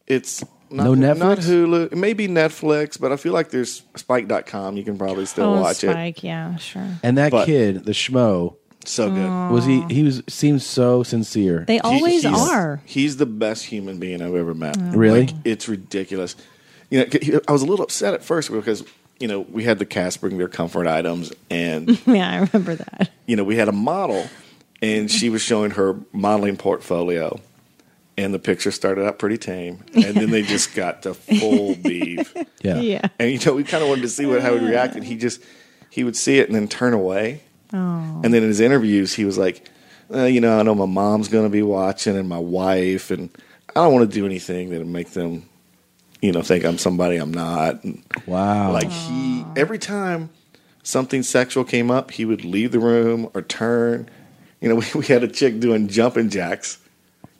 it's Not, No Netflix? Not Hulu. Maybe Netflix, but I feel like there's Spike.com. You can probably still oh, watch it. Spike, yeah, sure. And that But- kid, the schmo, so good. Aw. Was he? He was seems so sincere. They always he's- are. Oh. He's the best human being I've ever met. Really? Like, it's ridiculous. You know, c- I was a little upset at first because you know we had the cast bring their comfort items, and yeah, I remember that. you know we had a model, and she was showing her modeling portfolio, and the picture started out pretty tame, and then they just got to full beef. Yeah. Yeah. And you know we kind of wanted to see what how he would react, and he just he would see it and then turn away. Oh. And then in his interviews, he was like, uh, you know, I know my mom's going to be watching and my wife, and I don't want to do anything that'll make them, you know, think I'm somebody I'm not. And wow. Like he, every time something sexual came up, he would leave the room or turn. You know, we, we had a chick doing jumping jacks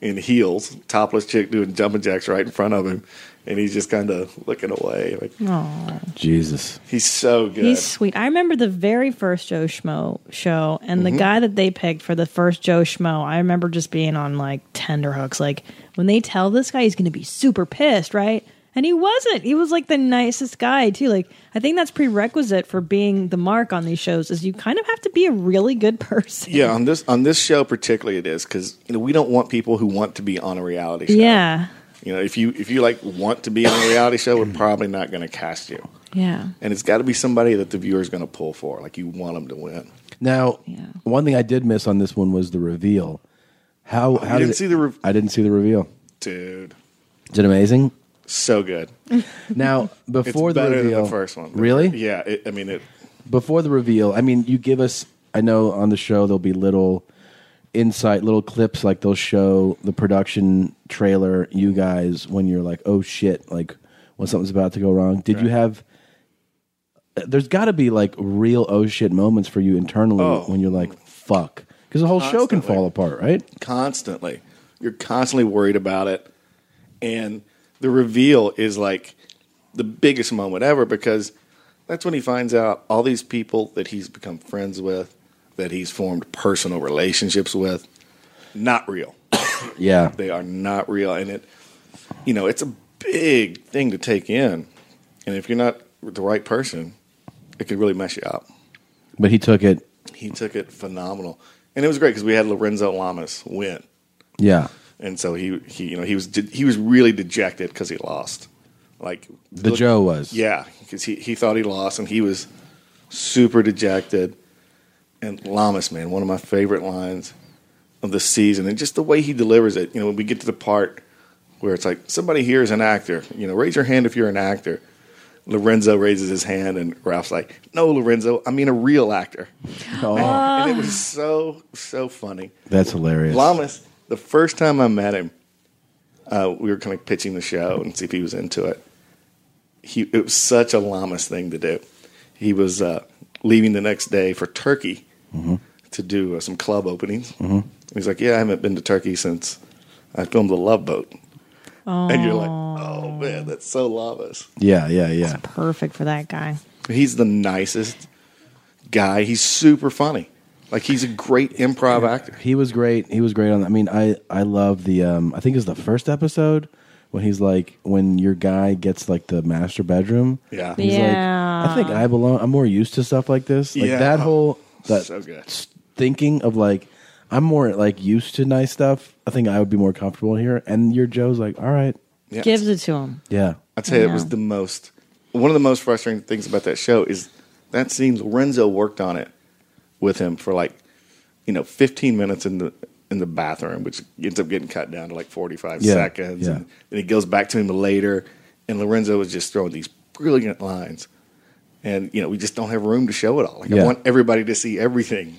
in heels, topless chick doing jumping jacks right in front of him, and he's just kind of looking away. Like Oh, Jesus. he's so good. he's sweet. I remember the very first Joe Schmo show, and the Mhm. guy that they picked for the first Joe Schmo, I remember just being on like tenderhooks. Like when they tell this guy he's going to be super pissed, right? And he wasn't. He was like the nicest guy too. Like I think that's prerequisite for being the mark on these shows is you kind of have to be a really good person. Yeah, on this on this show particularly, it is because you know we don't want people who want to be on a reality show. Yeah. You know, if you if you like want to be on a reality show, we're probably not going to cast you, Yeah. and it's got to be somebody that the viewer's going to pull for. Like you want them to win. Now, one thing I did miss on this one was the reveal. How? you how did didn't it- see the re- I didn't see the reveal. Dude, Is it amazing? so good. Now, before it's the better reveal, than the first one. The really? fir- yeah, it, I mean, it, before the reveal, I mean, you give us. I know on the show there'll be little insight, little clips like they'll show the production trailer. You guys, when you're like, oh shit, like when something's about to go wrong. Did you have? There's got to be like real oh shit moments for you internally Oh. when you're like fuck because the whole show can fall apart, right? constantly. You're constantly worried about it. And the reveal is like the biggest moment ever because that's when he finds out all these people that he's become friends with, that he's formed personal relationships with, not real. Yeah. They are not real. And it, you know, it's a big thing to take in. And if you're not the right person, it could really mess you up But he took it. he took it phenomenal, and it was great because we had Lorenzo Lamas win, Yeah. and so he he you know he was de- he was really dejected because he lost, like The Joe was. yeah because he he thought he lost and he was super dejected, and Lamas man one of my favorite lines of the season and just the way he delivers it you know when we get to the part where it's like somebody here is an actor you know raise your hand if you're an actor. Lorenzo raises his hand, and Ralph's like, "No, Lorenzo, I mean a real actor." And it was so, so funny. That's hilarious. Lamas, the first time I met him, uh, we were kind of pitching the show and see if he was into it. He, it was such a Lamas thing to do. He was uh, leaving the next day for Turkey to do uh, some club openings. He's like, Yeah, I haven't been to Turkey since I filmed The Love Boat. Oh, And you're like, Oh, man, that's so Lamas. Yeah, yeah, yeah. perfect for that guy. He's the nicest guy. He's super funny. Like, he's a great improv actor. He was great. He was great on. I mean, I I love the. Um, I think it's the first episode when he's like when your guy gets like the master bedroom. Yeah. He's Yeah. like, I think I belong. I'm more used to stuff like this. Like Yeah. that whole that So good. s- thinking of like I'm more like used to nice stuff. I think I would be more comfortable here. And your Joe's like, all right, Yeah. Gives it to him. yeah, I tell you, it was Yeah. the most one of the most frustrating things about that show is that scene. Lorenzo worked on it with him for like you know 15 minutes in the in the bathroom, which ends up getting cut down to like 45 Yeah, seconds, yeah. and then it goes back to him later. And Lorenzo was just throwing these brilliant lines, and you know we just don't have room to show it all. Like Yeah. I want everybody to see everything,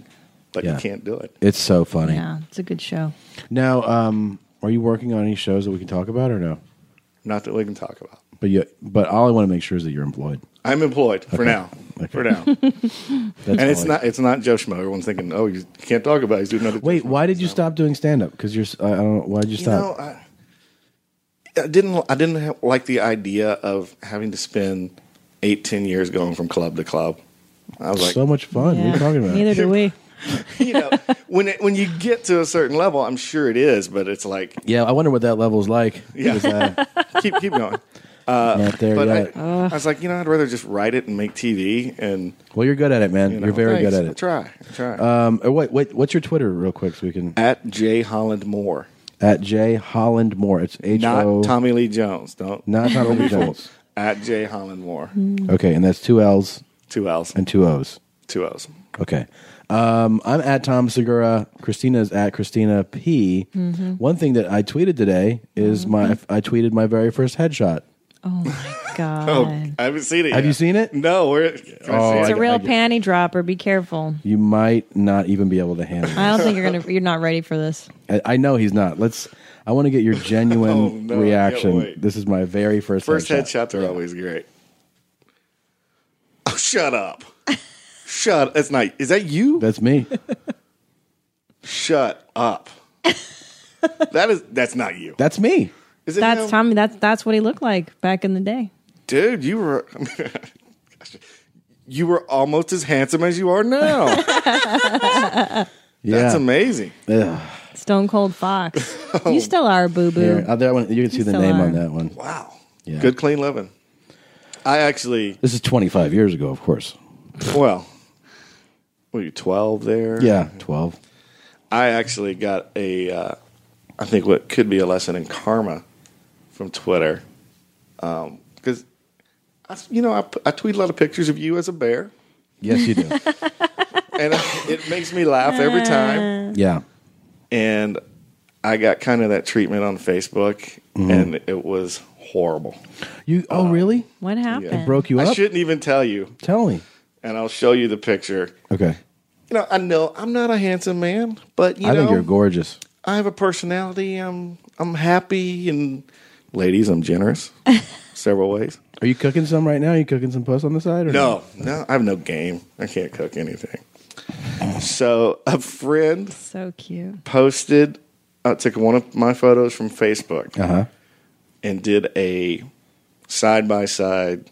but Yeah. you can't do it. it's so funny. Yeah, it's a good show. Now, um, are you working on any shows that we can talk about or no? Not that we can talk about. But you, but all I want to make sure is that you're employed. I'm employed for Okay. now. Okay. For now, That's and it's all I- not it's not Joe Schmo. Everyone's thinking, oh, you can't talk about. It. He's doing another. Wait, why did you stop doing stand up? Because you're, s- I I don't know, why did you You stop? know, I, I didn't. I didn't ha like the idea of having to spend eight, ten years going from club to club. I was like, so much fun. What are Yeah. you talking about? Neither do we. you know, when it, when you get to a certain level, I'm sure it is, but it's like Yeah, I wonder what that level's like. Is yeah, that- keep keep going. Uh, Not there but yet. I, I was like, you know, I'd rather just write it and make TV. And well, you're good at it, man. You are very good at it. try, I'll try. Um, oh, wait, wait, what's your Twitter, real quick, so we can at J Holland Moore, at J Holland Moore. It's H not O. Tommy Lee Jones. Don't Not Tommy Lee Don't be fooled. Jones. At J Holland Moore, Okay, and that's two L's two L's, and two O's. two L's. Okay. Um, I'm at Tom Segura. Christina is at Christina P. Mm-hmm. Mhm. One thing that I tweeted today is my I tweeted my very first headshot. Oh my god. Oh, I haven't seen it. Have yet. you seen it? No, we're. can I see Oh, it's I- a real I get- panty dropper. Be careful. You might not even be able to handle it. I don't think you're gonna. You're not ready for this. I, I know he's not. Let's. I want to get your genuine Oh, no, I can't reaction. wait. This is my very first First headshot. headshots are always great. Oh, shut up. shut. That's not. Is that you? That's me. Shut up. that is. That's not you. That's me. Is it That's him? Tommy. That's that's what he looked like back in the day. dude? You were. Gosh, you were almost as handsome as you are now. Yeah. That's amazing. Ugh. Stone Cold Fox. Oh. You still are boo Here, boo. uh, that one, you can see the still name are. on that one. Wow. Yeah. Good clean living. I actually. This is 25 years ago, of course. Well. Were you twelve there? Yeah, 12. I actually got a, uh, I think what could be a lesson in karma from Twitter, because I, you know I, p- I tweet a lot of pictures of you as a bear, Yes, you do. and it makes me laugh every time. yeah. And I got kind of that treatment on Facebook, Mm-hmm. and it was horrible. You. Oh, really? What happened? It broke you I up? shouldn't even tell you, Tell me. and I'll show you the picture. Okay. You know, I know I'm not a handsome man, but you I know, think you're gorgeous. I have a personality. I'm I'm happy and ladies, I'm generous several ways. Are you cooking some right now? Are you cooking some puss on the side? Or No, no, I have no game. I can't cook anything. So a friend So cute. posted, uh, took one of my photos from Facebook Uh huh. and did a side by side,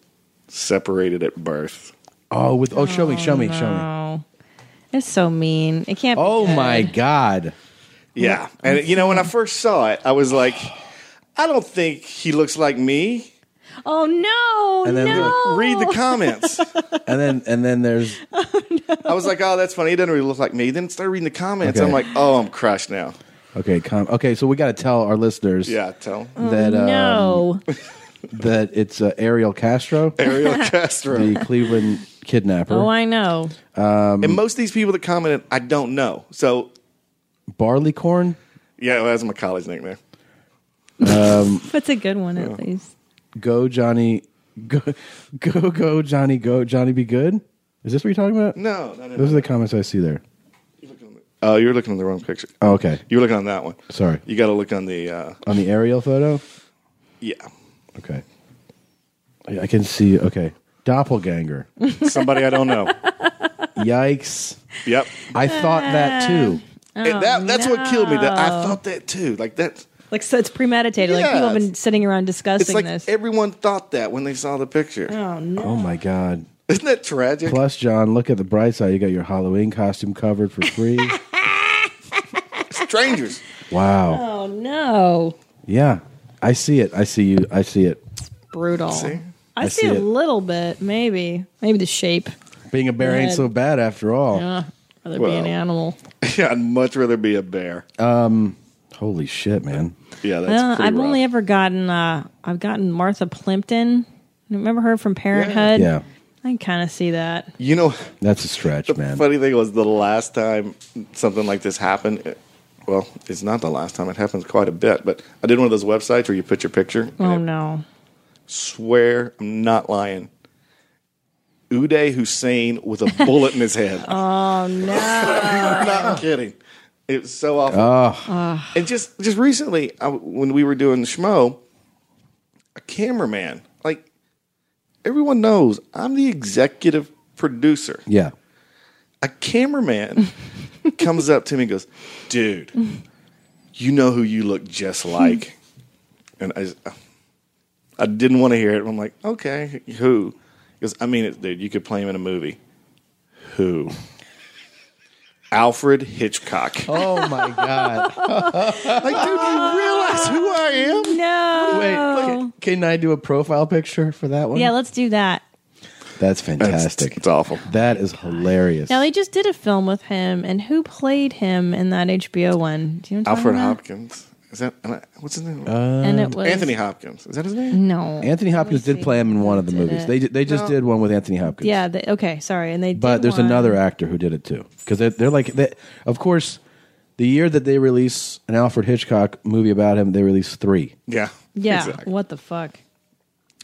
separated at birth. Oh, with oh, show me, show me, show me. Oh, it's so mean. It can't. Oh be good. my God! Yeah, and you know when I first saw it, I was like, I don't think he looks like me. Oh no! And then no. Read the comments. And then and then there's I was like, oh, that's funny. He doesn't really look like me. Then start reading the comments. Okay. I'm like, oh, I'm crushed now. okay, com- okay. So we got to tell our listeners Yeah, tell him. that um, Oh, no. that it's uh, Ariel Castro, Ariel Castro. the Cleveland kidnapper, oh, I know. Mm-hmm. and most of these people that commented, I don't know. So, Barleycorn, yeah, well, that's my college nickname. That's a good one Oh. at least. Go Johnny, go, go go Johnny, go Johnny, be good. Is this what you're talking about? No, no, no. Those are no. the comments I see there. Oh, you're looking at the wrong picture. Oh, okay, You're looking on that one. sorry. You got to look on the, uh, On the Ariel photo, yeah. okay. I, I can see. Okay, doppelganger. Somebody I don't know. Yikes! Yep. I thought that too. Oh, And that, that's what killed me. That I thought that too. Like, that. Like so, it's premeditated. Like Yeah, people have been it's- sitting around It's discussing like this. everyone thought that when they saw the picture. oh no! Oh my god. Isn't that tragic? Plus, John, look at the bright side. You got your Halloween costume covered for free. Strangers. wow. Oh no! Yeah. I see it. I see you. I see it. Brutal. See? I, I see, see a it. little bit, maybe, maybe the shape. Being a bear ain't so bad after all. Uh, rather be Well. an animal. Yeah, I'd much rather be a bear. Holy shit, man. Yeah, that's Uh, pretty I've rough. only ever gotten uh, I've gotten Martha Plimpton. Remember her from Parenthood? Yeah. I can kind of see that. You know, That's a stretch, man. funny thing was the last time something like this happened. It, well, it's not the last time. It happens quite a bit. But I did one of those websites where you put your picture. and Oh it- no! Swear, I'm not lying. Uday Hussein with a bullet in his head. Oh no! I'm not kidding. It was so awful. And just just recently, I, when we were doing Schmo, a cameraman like everyone knows I'm the executive producer. Yeah. a cameraman comes up to me and goes, Dude, you know who you look just like? And I, just- I didn't want to hear it. I'm like, Okay, who? He goes, I mean, it, dude, you could play him in a movie. Who? Alfred Hitchcock. Oh my god! like, dude, you realize who I am? No. Wait, can, can I do a profile picture for that one? Oh. Yeah, let's do that. that's fantastic. It's awful. That is hilarious. Now they just did a film with him, and who played him in that HBO one? Do you know what I'm talking Alfred about? Hopkins. Is that what's his name? Uh, And it was- Anthony Hopkins. Is that his name? No. Anthony Hopkins did play him in one of the movies. it. They ju- they just No. did one with Anthony Hopkins. Yeah. They, okay. Sorry. And they. But did there's one. another actor who did it too, because they're, they're like, they, of course, the year that they release an Alfred Hitchcock movie about him, they release three. Yeah. Yeah. Exactly. What the fuck?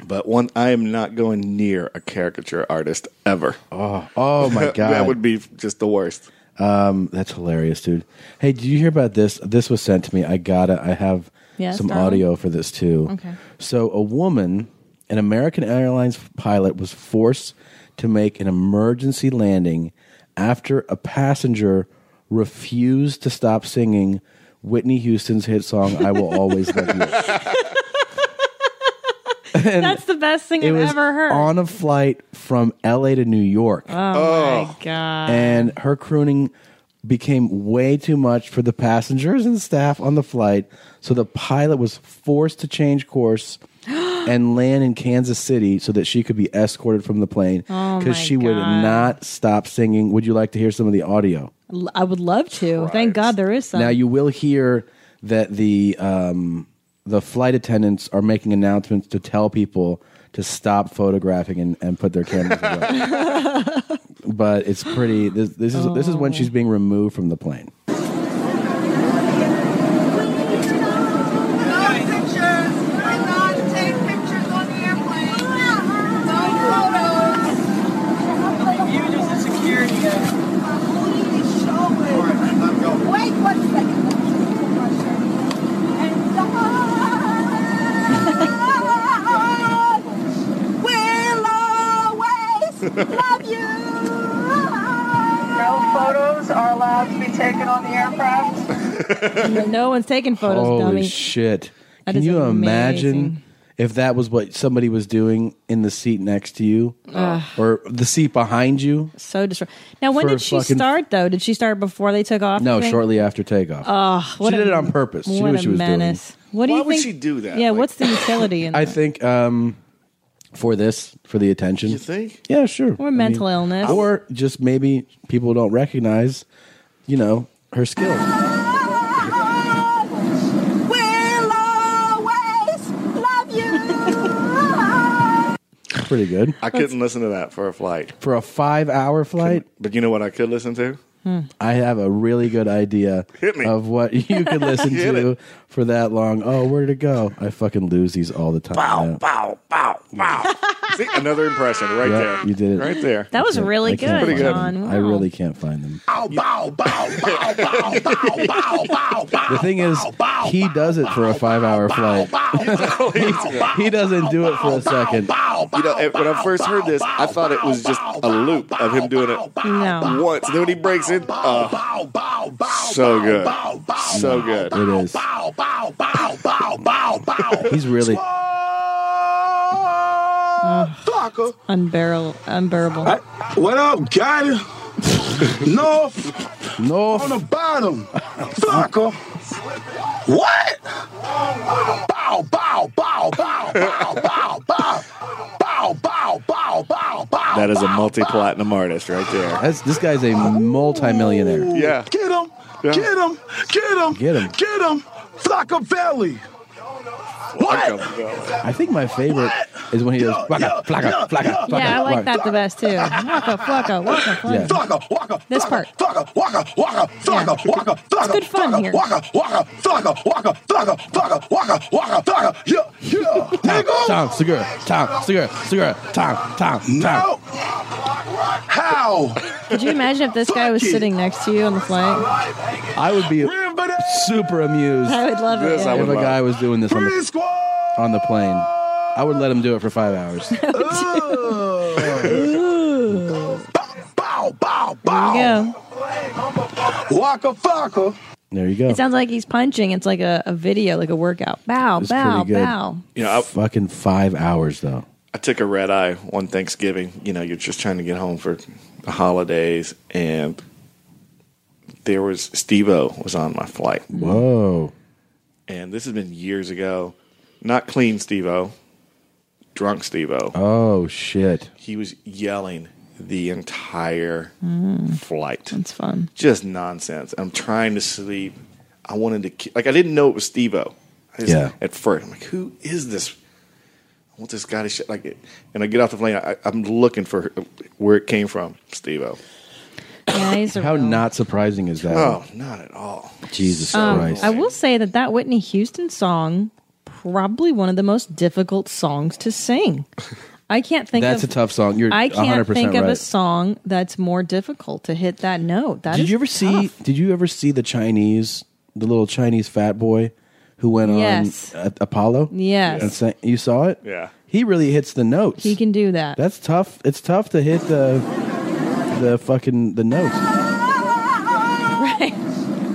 But one, I am not going near a caricature artist ever. Oh, oh my God. that would be just the worst. Um, that's hilarious, dude. Hey, did you hear about this? This was sent to me. I gotta. I have Yes, some darling. audio for this too. Okay. So, a woman, an American Airlines pilot, was forced to make an emergency landing after a passenger refused to stop singing Whitney Houston's hit song "I Will Always Love You." And That's the best thing it I've was ever heard. on a flight from L.A. to New York oh, my god. and her crooning became way too much for the passengers and staff on the flight so the pilot was forced to change course and land in Kansas City so that she could be escorted from the plane Oh, my she would God. not stop singing would you like to hear some of the audio L- I would love to. Thank God there is some. now you will hear that the um, the flight attendants are making announcements to tell people to stop photographing and, and put their cameras away but it's pretty. This, this is this is when Oh. she's being removed from the plane. Love you. No photos are allowed to be taken on the aircraft. no one's taking photos, Holy dummy. shit! That Can is you amazing. imagine if that was what somebody was doing in the seat next to you, Ugh. or the seat behind you? so destroyed. Now, when For did she fucking- start though? Did she start before they took off? No, you think? shortly after takeoff. Oh, she did it on purpose. what She knew a what she was menace. doing. What do Why you would think? she do that? Yeah, what's the utility in I that? think um, for this, for the attention. You think? Yeah, sure. Or mental illness. or just maybe people don't recognize, you know, her skill. Pretty good. I couldn't listen to that for a flight. For a five-hour flight, But you know what I could listen to? I have a really good idea Hit me. of what you could listen Hit to for that long. Oh, where'd it go? I fucking lose these all the time. now. Bow, bow, bow. See, another impression right Yeah, there. You did it Right there. That was I can't- really I can't good, find John. them. I Wow. really can't find them. Bow, bow, bow, bow, bow, bow, bow, bow, bow. The thing is, he does it for a five-hour flight. He doesn't do it for a second. You know, eh, when I first heard this, I thought it was just a loop of him doing it No. once. Then when he breaks it, oh, so good, so good. It is. He's really. It's unbearable. Unbearable. What up, got it? North North on the bottom. Fucker. What? Bow, bow, bow, bow, bow, bow, bow. Bow, bow, bow, bow, bow. That is a multi-platinum artist right there. That's, this guy's a multimillionaire. Yeah, Get him. Get him. Get him. Get him. Get him. Flaccavelli. What? I think my favorite is when he goes flaka, flaka, flaka, flaka. Yeah, I like flaka." that the best too. Waka flaka waka Yeah. flaka. This part. Waka, waka, waka, thugga, waka, thugga, good fun thugga, here. waka, waka, thugga, waka, thugga, thugga, waka, waka, thugga. Yeah, yeah, nigga. Tom Segura, Tom Segura, Segura, Tom, Tom, Tom. No. How? Could you imagine if this guy was sitting next to you on the flight? I would be super amused I would love it. Yes, I yeah. if would a love guy was doing this on Free the, squad. on the plane. I would let him do it for five hours. Bow, bow, There bow. you go. Waka, waka. There you go. It sounds like he's punching. It's like a, a video, like a workout. Bow, It's bow, pretty good. bow. You know, I, Fucking five hours though. I took a red eye one Thanksgiving. You know, you're just trying to get home for the holidays, and there was Steve O was on my flight. Mm-hmm. Whoa. And this has been years ago. Not clean Steve O, drunk Steve O. Oh shit. He was yelling the entire Mm. flight. That's fun. Just nonsense. I'm trying to sleep. I wanted to, ki- like, I didn't know it was Steve O. Yeah. At first, I'm like, who is this? I want this guy to shit like it. And I get off the plane. I, I'm looking for where it came from, Steve O. How not surprising is that? Oh, not at all. Jesus Um, Christ. I will say that that Whitney Houston song probably one of the most difficult songs to sing. I can't think That's of a tough song. You're I can't 100% think right. of a song that's more difficult to hit that note. That is did you ever see did you ever see the Chinese the little Chinese fat boy who went Yes. on uh, Apollo? Yes. And sang, you saw it? Yeah. He really hits the notes. he can do that. That's tough. It's tough to hit the the fucking the notes. right.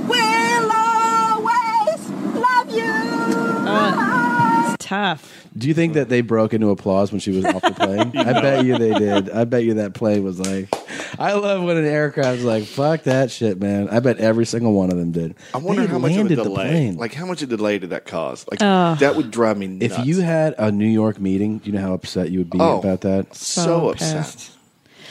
We'll always love you. Uh, it's tough. Do you think that they broke into applause when she was off the plane? You I know. bet you they did. I bet you that plane was like. I love when an aircraft's like, "Fuck that shit, man." I bet every single one of them did. I wonder They how much of a landed the delay, plane. like how much of a delay did that cause? Like Ugh. that would drive me nuts. If you had a New York meeting, do you know how upset you would be Oh, about that? so So upset. pissed.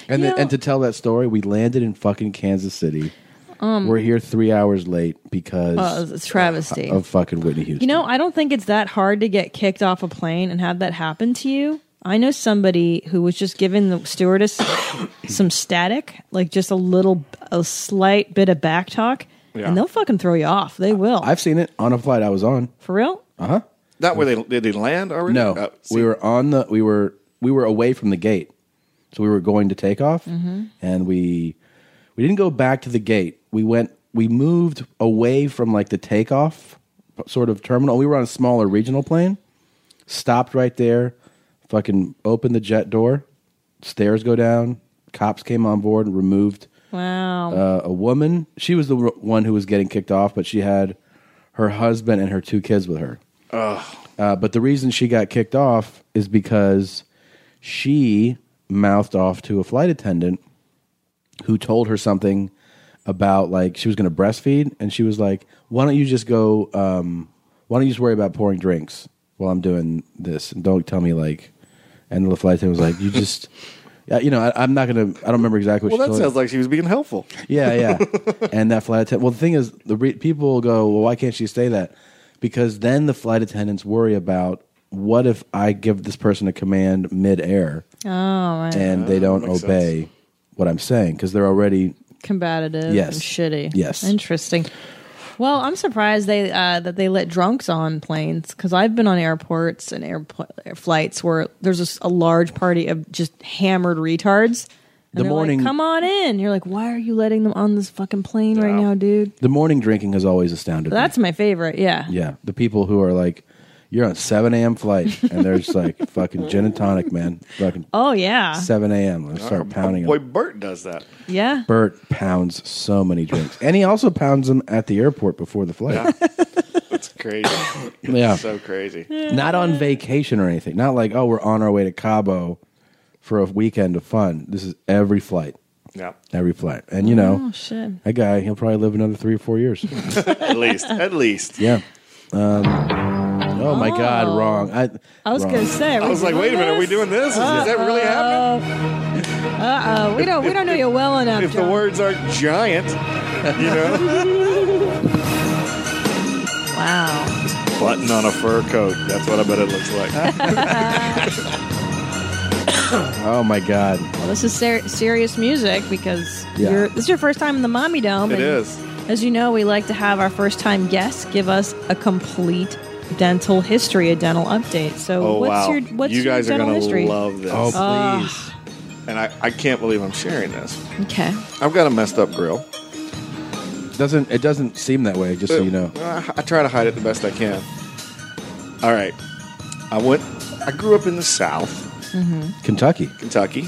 And You then, know- and to tell that story, we landed in fucking Kansas City. Um, We're here three hours late because Well, it's a travesty. of fucking Whitney Houston. You know, I don't think it's that hard to get kicked off a plane and have that happen to you. I know somebody who was just giving the stewardess some static, like just a little, a slight bit of back talk, Yeah. and they'll fucking throw you off. They will. I've seen it on a flight I was on. For real? Uh huh. Not where they did they land already? No, Oh, we were on the we were we were away from the gate, so we were going to take off, Mhm. and we we didn't go back to the gate. We went we moved away from like the takeoff sort of terminal. We were on a smaller regional plane, stopped right there, fucking opened the jet door, stairs go down, cops came on board and removed Wow. uh, a woman. She was the r- one who was getting kicked off, but she had her husband and her two kids with her. Uh, but the reason she got kicked off is because she mouthed off to a flight attendant who told her something about like she was going to breastfeed, and she was like, "Why don't you just go? Um, why don't you just worry about pouring drinks while I'm doing this, and don't tell me like." And the flight attendant was like, "You just." Yeah, you know, I, I'm not gonna. I don't remember exactly. well, What she that told sounds me. like she was being helpful. Yeah, yeah. and that flight attendant. Well, the thing is, the re- people go, well, why can't she say that? Because then the flight attendants worry about what if I give this person a command midair Oh, right. and Ah, they don't Makes obey what I'm saying because they're already. Combative Yes. and shitty. Yes. Interesting. Well, I'm surprised they uh, that they let drunks on planes because I've been on airports and airpl- air flights where there's a s- a, large party of just hammered retards. And The they're like, morning- come on in. You're like, why are you letting them on this fucking plane right now, dude? The morning drinking has always astounded me. That's my favorite. Yeah. Yeah, the people who are like, you're on 7 a.m. flight and they're just like, fucking gin and tonic, man. Fucking Oh yeah. 7 a.m. Let's Our- start pounding Boy, them. Bert does that. Yeah. Bert pounds so many drinks. And he also pounds them at the airport before the flight. That's crazy. Yeah. so crazy. not on vacation or anything. Not like, oh, we're on our way to Cabo for a weekend of fun. This is every flight. Yeah. Every flight. And you know, Oh, shit. that guy, he'll probably live another three or four years. at least, at least. yeah. Um, oh, my God, wrong. I, I was wrong. gonna say. I was like, wait a minute, are we doing this? Is, is that Uh-huh. really happening? Uh oh. We don't. We don't know you well enough. If the words are giant, you know. wow. Button on a fur coat. That's what I bet it looks Uh, Oh, my God. Well, this is ser- serious music because Yeah. you're, this is your first time in the Mommy Dome. It and is. As you know, we like to have our first time guests give us a complete dental history, a dental update. So, oh what's wow! your what's you guys your are dental gonna history? love this. Oh, Ah. and I, I can't believe I'm sharing this. Okay. I've got a messed up grill. Doesn't it doesn't seem that way? Just so you know. I, I try to hide it the best I can. All right, I went. I grew up in the South. Mm-hmm. Kentucky. Kentucky.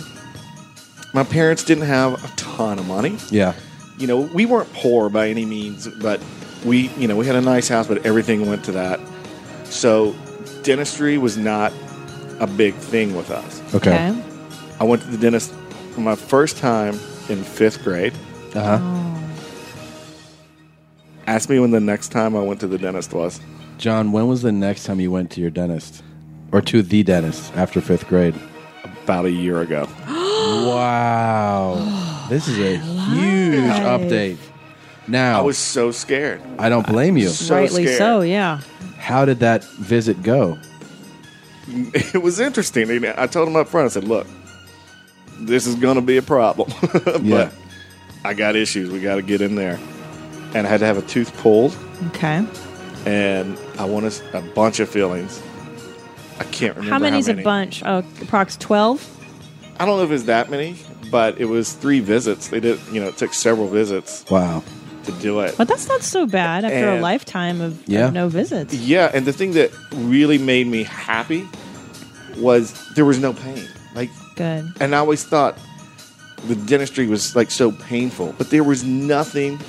My parents didn't have a ton of money. Yeah. You know, we weren't poor by any means, but we, you know, we had a nice house, but everything went to that. So dentistry was not a big thing with us. Okay. I went to Uh-huh. the dentist for my first time in fifth grade. Uh huh. Ask me when the next time I went to the dentist was. John, when was the next time you went to your dentist or to the dentist after fifth grade? About a year ago. wow. This is a huge update. Now, I was so scared. I don't blame you. So Rightly scared. so, yeah. How did that visit go? It was interesting. And I told him up front. I said, "Look, this is going to be a problem, but Yeah. I got issues. We got to get in there." And I had to have a tooth pulled, Okay. and I want a, a bunch of fillings. I can't remember How many's how a many. bunch? Oh, approx 12? I don't know if it's that many, but it was three visits. They did, you know, it took several visits. Wow. To do it. But that's not so bad after a And- lifetime of, of Yeah. no visits. Yeah, and the thing that really made me happy was there was no pain. Like, Good. and I always thought the dentistry was like so painful, but there was nothing.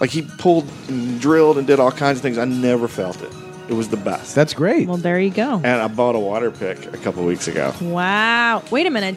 Like he pulled and drilled and did all kinds of things. I never felt it. It was the best. That's great. Well, there you go. And I bought a water pick a couple weeks ago. Wow. Wait a minute.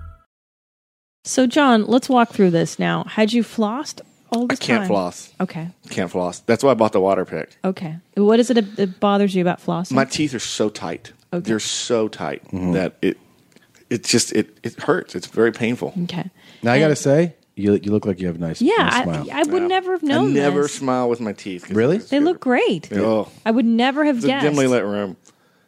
So, John, let's walk through this now. Had you flossed all I this can't time? floss. Okay. Can't floss. That's why I bought the water pick. Okay. What is it that bothers you about flossing? My teeth are so tight. They're so tight Mm-hmm. that it it just it it hurts. It's very painful. okay. Now, I got to say, you, you look like you have a nice, Yeah, nice I- smile. I would never have known I never this. smile with my teeth. 'cause Really? They look great. Oh. I would never have It's a guessed. dimly lit room.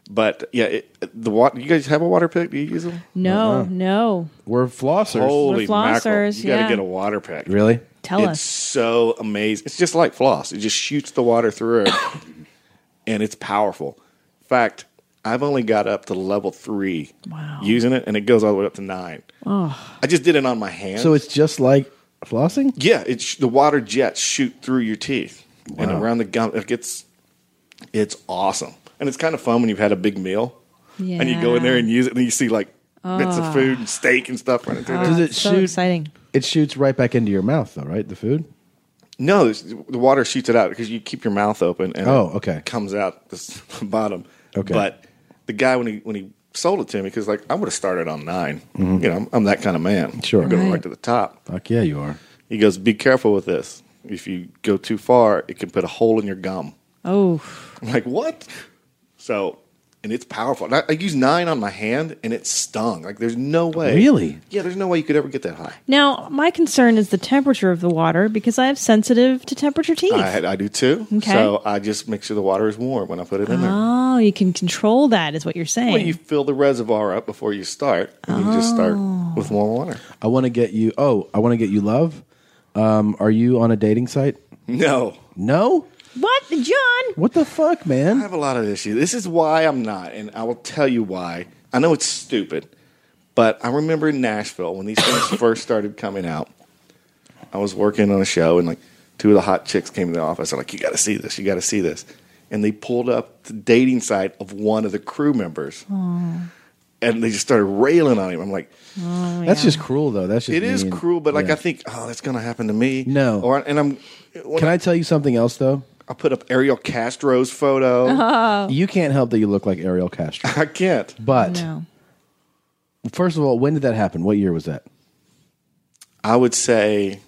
But yeah, it, the water. You guys have a water pick? Do you use them? no, no. We're flossers. Holy We're flossers, mackerel! You got to yeah. get a water pick. Really? Tell it's us. so amazing. It's just like floss. It just shoots the water through, and it's powerful. In fact, I've only got up to level three using it, and it goes all the way up to nine. Oh. I just did it on my hand. So it's just like flossing? Yeah, it's the water jets shoot through your teeth and Wow. around the gum. It gets, it's awesome, and it's kind of fun when you've had a big meal and you go in there and use it, and you see like bits Ah. of food and steak and stuff running through. there. Does it so shoot? exciting. It shoots right back into your mouth, though, right? The food? No, it's- the water shoots it out because you keep your mouth open and Oh, it okay. comes out this bottom. Okay. But the guy when he when he sold it to me because like I would have started on 9 Mhm. You know, I'm, I'm that kind of man. Sure. I'm going right Right. to the top. Fuck yeah, you are. He goes, "Be careful with this. If you go too far, it can put a hole in your gum." Oh. I'm like, "What?" So, and it's powerful. And I, I use nine on my hand, and it stung. Like, there's no way. Really? Yeah, there's no way you could ever get that high. Now, my concern is the temperature of the water because I have sensitive to temperature teeth. I, I do too. Okay. So I just make sure the water is warm when I put it in there. Oh, you can control that, is what you're saying. Well, you fill the reservoir up before you start. And You just start with warm water. I want to get you. Oh, I want to get you love. Um, are you on a dating site? No. No? What, John? What the fuck, man? I have a lot of issues. This is why I'm not, and I will tell you why. I know it's stupid, but I remember in Nashville when these things first started coming out. I was working on a show, and like two of the hot chicks came to the office. I'm like, "You got to see this. You got to see this." And they pulled up the dating site of one of the crew members, Oh. and they just started railing on him. I'm like, Oh, That's yeah. just cruel, though. That's just It is mean. cruel, but like Yeah. I think, oh, that's gonna happen to me. No. Or and I'm. Can I tell you something else though? I'll put up Ariel Castro's photo. Uh-huh. Oh. You can't help that you look like Ariel Castro. I can't. But first of all, when did that happen? What year was that? I would say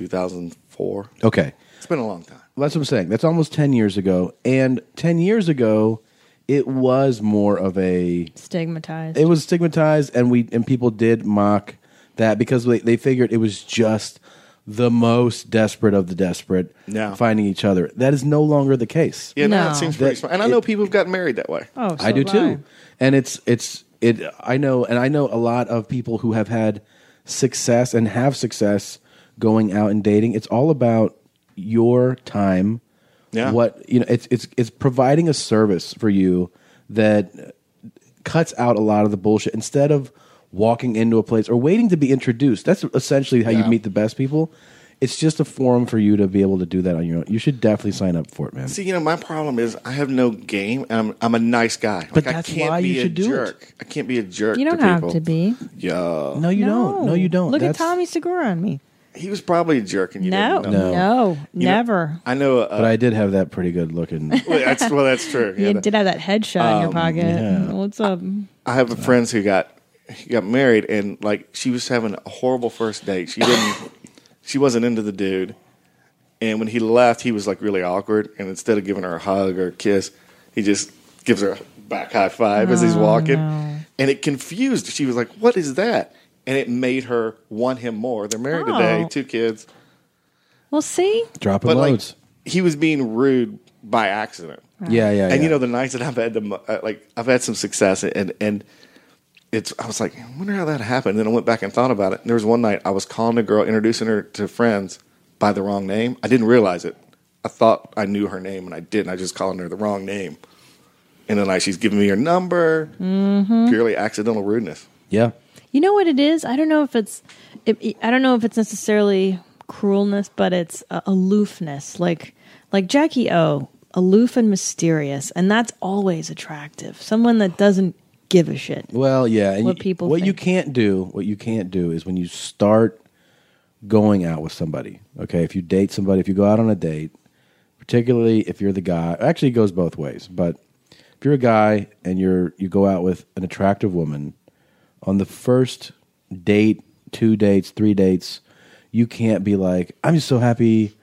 2004. Okay. It's been a long time. Well, That's what I'm saying. That's almost 10 years ago. And 10 years ago, it was more of a Stigmatized. it was stigmatized and we and people did mock that because they, they figured it was just the most desperate of the desperate Yeah. finding each other. That is no longer the case. Yeah, no. that seems pretty smart. And I it- know people who've gotten married that way. Oh, I do too. And it's it's it I know and I know a lot of people who have had success and have success going out and dating. It's all about your time. Yeah. What you know, it's it's it's providing a service for you that cuts out a lot of the bullshit instead of walking into a place or waiting to be introduced. That's essentially how you Yeah. meet the best people. It's just a forum for you to be able to do that on your own. You should definitely sign up for it, man. See, you know, my problem is I have no game. And I'm I'm a nice guy. But like, that's I can't why be you a should do it. jerk. I can't be a jerk. You don't to have people. to be. Yeah. No, you don't. No, you don't. Look That's- at Tommy Segura on me. He was probably a jerk, and you No, didn't know. no, You know, never. I know. Uh, but I did have that pretty good looking. well, that's well, that's true. you Yeah, did have that headshot in your Um, pocket. yeah. What's up? I have friends who got who got married and like she was having a horrible first date. She didn't she wasn't into the dude. And when he left, he was like really awkward and instead of giving her a hug or a kiss, he just gives her a back high five as he's Oh, walking. no. And it confused. She was like, "What is that?" And it made her want him more. They're married today, Oh. two kids. Well, see, Dropping But, like, loads. He was being rude by accident. yeah, yeah, yeah. And you know, the nights that I've had the mo- uh, like I've had some success, and and it's I was like, I wonder how that happened. then I went back and thought about it. And there was one night I was calling a girl, introducing her to friends by the wrong name. I didn't realize it. I thought I knew her name, and I didn't. I was just calling her the wrong name. And then like she's giving me her number, hmm purely accidental rudeness. Yeah, You know what it is? I don't know if it's, it, I don't know if it's necessarily cruelness, but it's uh, aloofness. Like like Jackie O, aloof and mysterious, and that's always attractive. Someone that doesn't give a shit. Well, yeah. And What you- people what you think. can't do, what you can't do is when you start going out with somebody. Okay, if you date somebody, if you go out on a date, particularly if you're the guy, actually it goes both ways, but if you're a guy and you're you go out with an attractive woman on the first date, two dates, three dates, you can't be like, "I'm just so happy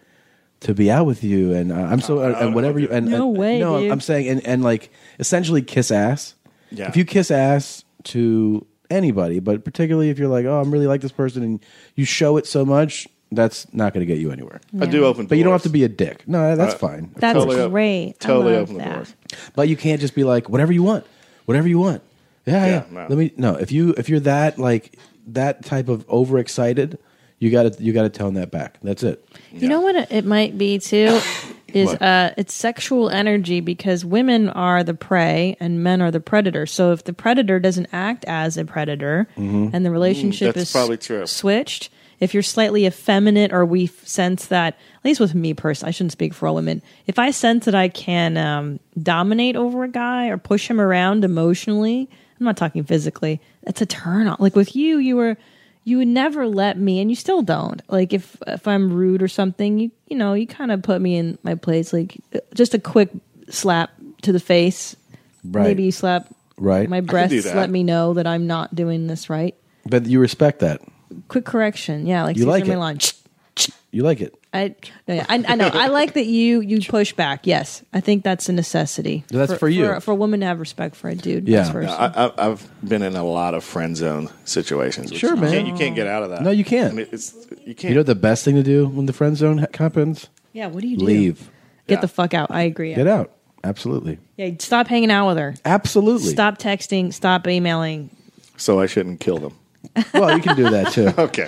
to be out with you," and uh, I'm so and whatever you and No and- way, no, I'm- dude. I'm saying and and like essentially kiss ass. Yeah. If you kiss ass to anybody, but particularly if you're like, oh, I'm really like this person, and you show it so much, that's not going to get you anywhere. I do open, But you don't have to be a dick. No, that's Uh, fine. That's Totally op- great. I totally love open the that. doors. But you can't just be like, whatever you want, whatever you want. Yeah, yeah. no. Let me no. If you if you're that like that type of overexcited, you got to you got to tone that back. That's it. You know what it- it might be too is What? uh it's sexual energy because women are the prey and men are the predator. So if the predator doesn't act as a predator Mhm. and the relationship that's is probably true. switched, if you're slightly effeminate or we f- sense that at least with me personally, I shouldn't speak for all women. If I sense that I can um, dominate over a guy or push him around emotionally, I'm not talking physically. That's a turn on. Like with you, you were you would never let me and you still don't like if if i'm rude or something you you know you kind of put me in my place like uh, just a quick slap to the face Right. maybe you slap Right. I my can do breasts that. let me know that i'm not doing this right But you respect that. quick correction yeah like You Cesar like it. Millan. You like it. I, no, yeah, I I know I like that you you push back. Yes, I think that's a necessity. That's for you. for, a woman to have respect for a dude. vice versa. I, I, I've been in a lot of friend zone situations. which Sure, you man. Can't, you can't get out of that. No, you can't. I mean, it's, you can't. You know the best thing to do when the friend zone ha- happens? yeah, what do you do? Leave. Get the fuck out. I agree. Get out. Absolutely. Yeah, stop hanging out with her. Absolutely. Stop texting. Stop emailing. So I shouldn't kill them. Well, you can do that too. okay.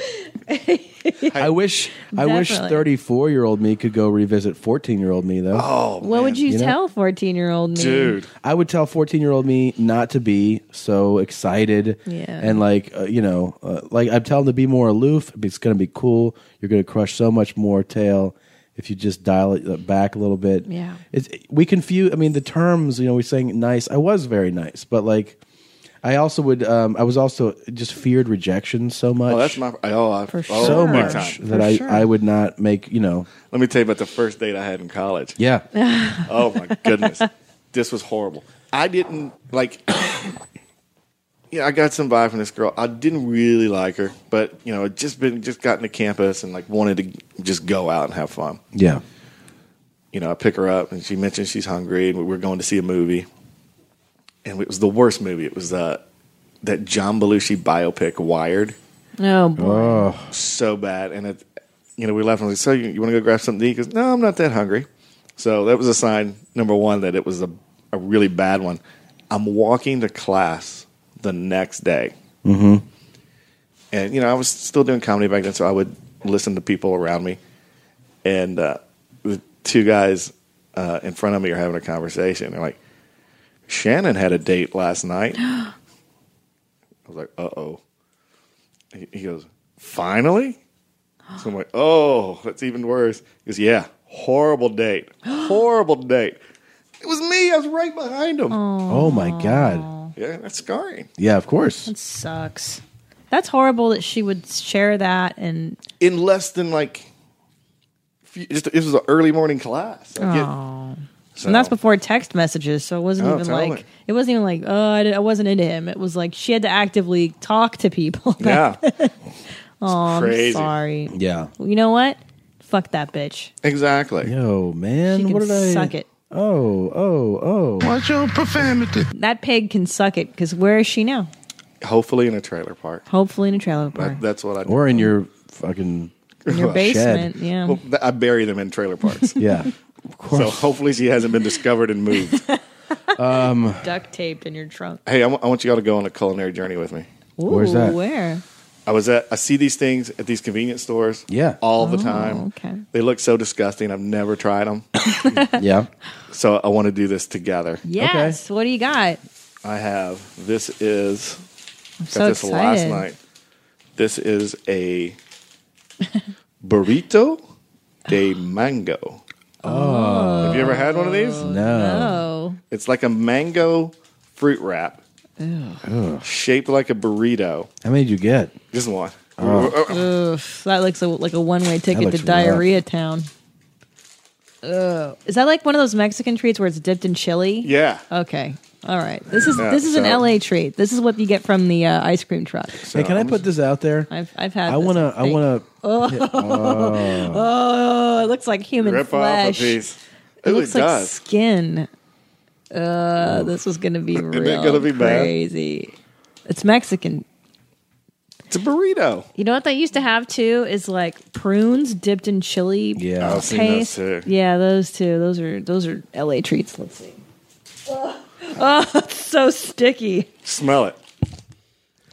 I wish I wish Definitely. 34 year old me could go revisit 14 year old me though. Oh, What would you, tell fourteen year old me? I would tell 14 year old me not to be so excited. Yeah. And like, uh, you know, uh, like I'd tell him to be more aloof. It's going to be cool. You're going to crush so much more tail if you just dial it back a little bit. Yeah. It's, we confuse, I mean, the terms, you know, we're saying nice. I was very nice, but like, I also would. Um, I was also just feared rejection so much. Oh, that's my. Oh, I, for oh, so big much time. that I, I would not make. You know, Let me tell you about the first date I had in college. Yeah. oh my goodness, this was horrible. I didn't like. yeah, I got some vibe from this girl. I didn't really like her, but you know, I'd just been just gotten to campus and like wanted to just go out and have fun. yeah. You know, I pick her up and she mentioned she's hungry and we were going to see a movie. And it was the worst movie. It was uh, that John Belushi biopic, Wired Oh boy. so bad. And it, you know, we left and I was like, so you, you want to go grab something to eat? He goes, no, I'm not that hungry. So that was a sign, number one, that it was a, a really bad one. I'm walking to class the next day. Mm-hmm. And, you know, I was still doing comedy back then, so I would listen to people around me. And uh, the two guys uh, in front of me are having a conversation. They're like, Shannon had a date last night. I was like, uh oh. He he goes, finally? So I'm like, oh, that's even worse. He goes, yeah, horrible date. horrible date. It was me. I was right behind him. Oh my god. Yeah, that's scarring. Yeah, of course. That sucks. That's horrible that she would share that and In less than like, few- just, this was an early morning class. I get- oh. So- and that's before text messages, so it wasn't Oh, even totally. like it wasn't even like oh I, did, I wasn't into him. It was like she had to actively talk to people. Yeah. oh, I'm crazy. sorry. Yeah. You know what? Fuck that bitch. Exactly. Yo, man. She can what did I? suck it. Oh, oh, oh. Watch your profanity. That pig can suck it because where is she now? Hopefully in a trailer park. Hopefully in a trailer park. That, that's what I do. Or in your fucking. In your Shed. basement, yeah. Well, th- I bury them in trailer parks. yeah. So hopefully she hasn't been discovered and moved. um, Duct taped in your trunk. hey, I wa- I want you all to go on a culinary journey with me. Ooh, Where's that? Where? I was at. I see these things at these convenience stores. Yeah. all the Oh, time. okay. They look so disgusting. I've never tried them. yeah. So I want to do this together. Yes. What do you got? I have. This is. I'm got so this last excited. night. This is a burrito de mango. Oh. Have you ever had one of these? Oh, Um, No. It's like a mango fruit wrap Ugh. shaped like a burrito. How many did you get? Just one. Oh. Uh, Ugh, that looks a- like a one-way ticket looks to rough. diarrhea town. Ugh. Is that like one of those Mexican treats where it's dipped in chili? Yeah. Okay. All right. This is Yeah, this is an so- LA treat. This is what you get from the uh, ice cream truck. hey, can i put this out there? I've I've had. I this, want to. I think. want to. Oh. Oh. Oh, it looks like human Rip flesh. off a piece. It Ooh, looks it like does. skin. Uh, this is gonna be Isn't it real gonna be bad? crazy. It's Mexican. It's a burrito. You know what they used to have too is like prunes dipped in chili. Yeah, I've paste. seen those too. Yeah, those too. Those are those are LA treats. Let's see. Oh, it's so sticky. Smell it.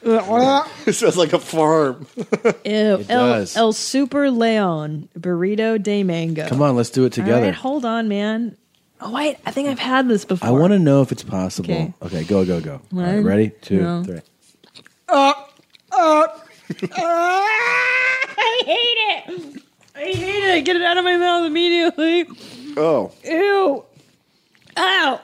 it smells like a farm. Ew. El, does. El Super Leon burrito de mango. Come on, let's do it All together. right, hold on, man. Oh wait, I think I've had this before. I want to know if it's possible. Okay. Okay, go, go, go. All right, One, ready? Two, no. three. Uh, uh, uh, I hate it. I hate it. Get it out of my mouth immediately. Oh, Ew. Ow.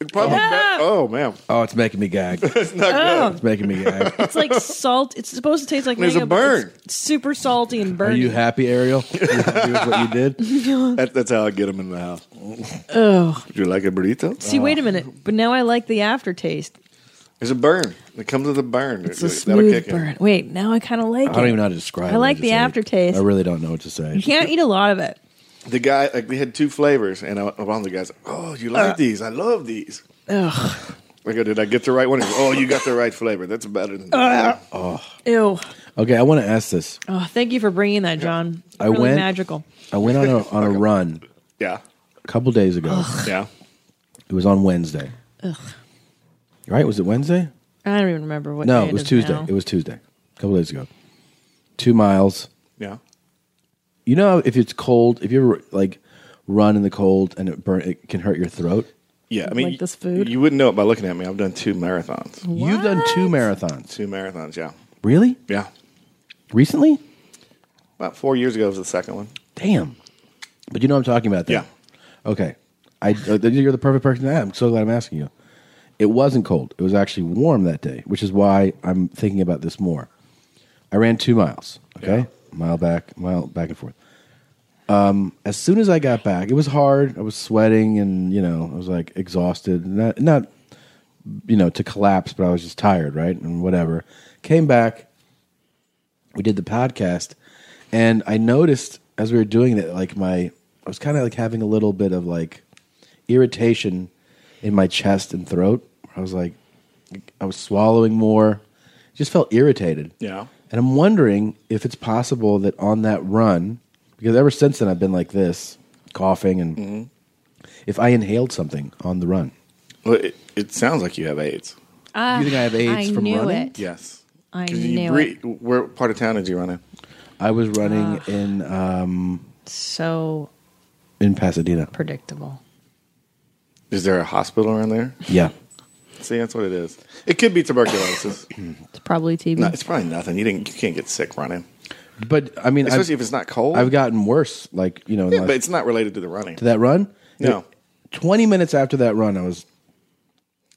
it probably. Ah! oh man, Oh, it's making me gag. it's not Oh. good. It's making me gag. It's like salt. It's supposed to taste like There's a mango, but it's burn. super salty and Are burning. you happy, Ariel? You happy with what you did? That, that's how I get them in the house. Ugh. Would you like a burrito? See, wait a minute. But now I like the aftertaste. There's a burn. It comes with a burn. It's a smooth burn. Wait, now I kind of like I it. don't even know how to describe I it. like just the ate it. aftertaste. I really don't know what to You say. can't eat a lot of it. The guy, like, they had two flavors, and I, one of the guys, oh, you like Uh. these? I love these. Ugh. I go, did I get the right one? He goes, oh, you got the right flavor. That's better than. Uh. that." Oh. Ew. Okay, I want to ask this. Oh, thank you for bringing that, John. I really went- magical. I went on a, on a run yeah. a couple days ago. Yeah. It was on Wednesday. Ugh. Right? Was it Wednesday? I don't even remember what. no, day it was is Tuesday. now. It was Tuesday. A couple days ago. Two miles. Yeah. You know, if it's cold, if you ever like run in the cold and it burn, it can hurt your throat. Yeah. I mean, Like this food? You wouldn't know it by looking at me. I've done two marathons. You've done two marathons, Two marathons. Yeah. really? Yeah. Recently? About four years ago was the second one. Damn. But you know what I'm talking about, there. Yeah. Okay. I uh, you're the perfect person to ask. I'm so glad I'm asking you. It It wasn't cold. It was actually warm that day, which is why I'm thinking about this more. I ran two miles. Okay, mile back, mile back and forth. Um, as soon as I got back, it was hard. I was sweating, and you know, I was like exhausted. Not, not, you know, to collapse, but I was just tired, right? And whatever. Came back. We did the podcast, and I noticed as we were doing it, like my, I was kind of like having a little bit of like irritation in my chest and throat. I was like, I was swallowing more. Just felt irritated. Yeah. And I'm wondering if it's possible that on that run, because ever since then I've been like this, coughing, and Mm-hmm. if I inhaled something on the run. Well, it, it sounds like you have AIDS. Ah, you think I have AIDS I from knew running? It. Yes. I 'Cause you knew it. re- Where part of town did you run in? I was running in um, so in Pasadena. predictable. Is there a hospital around there? Yeah. See, that's what it is. It could be tuberculosis. It's probably TB. no, it's probably nothing. You didn't. You can't get sick running. But I mean, I've- especially if it's not cold. I've gotten worse. Like you know, in yeah, the but last- it's not related to the running. to that run. No. It- Twenty minutes after that run, I was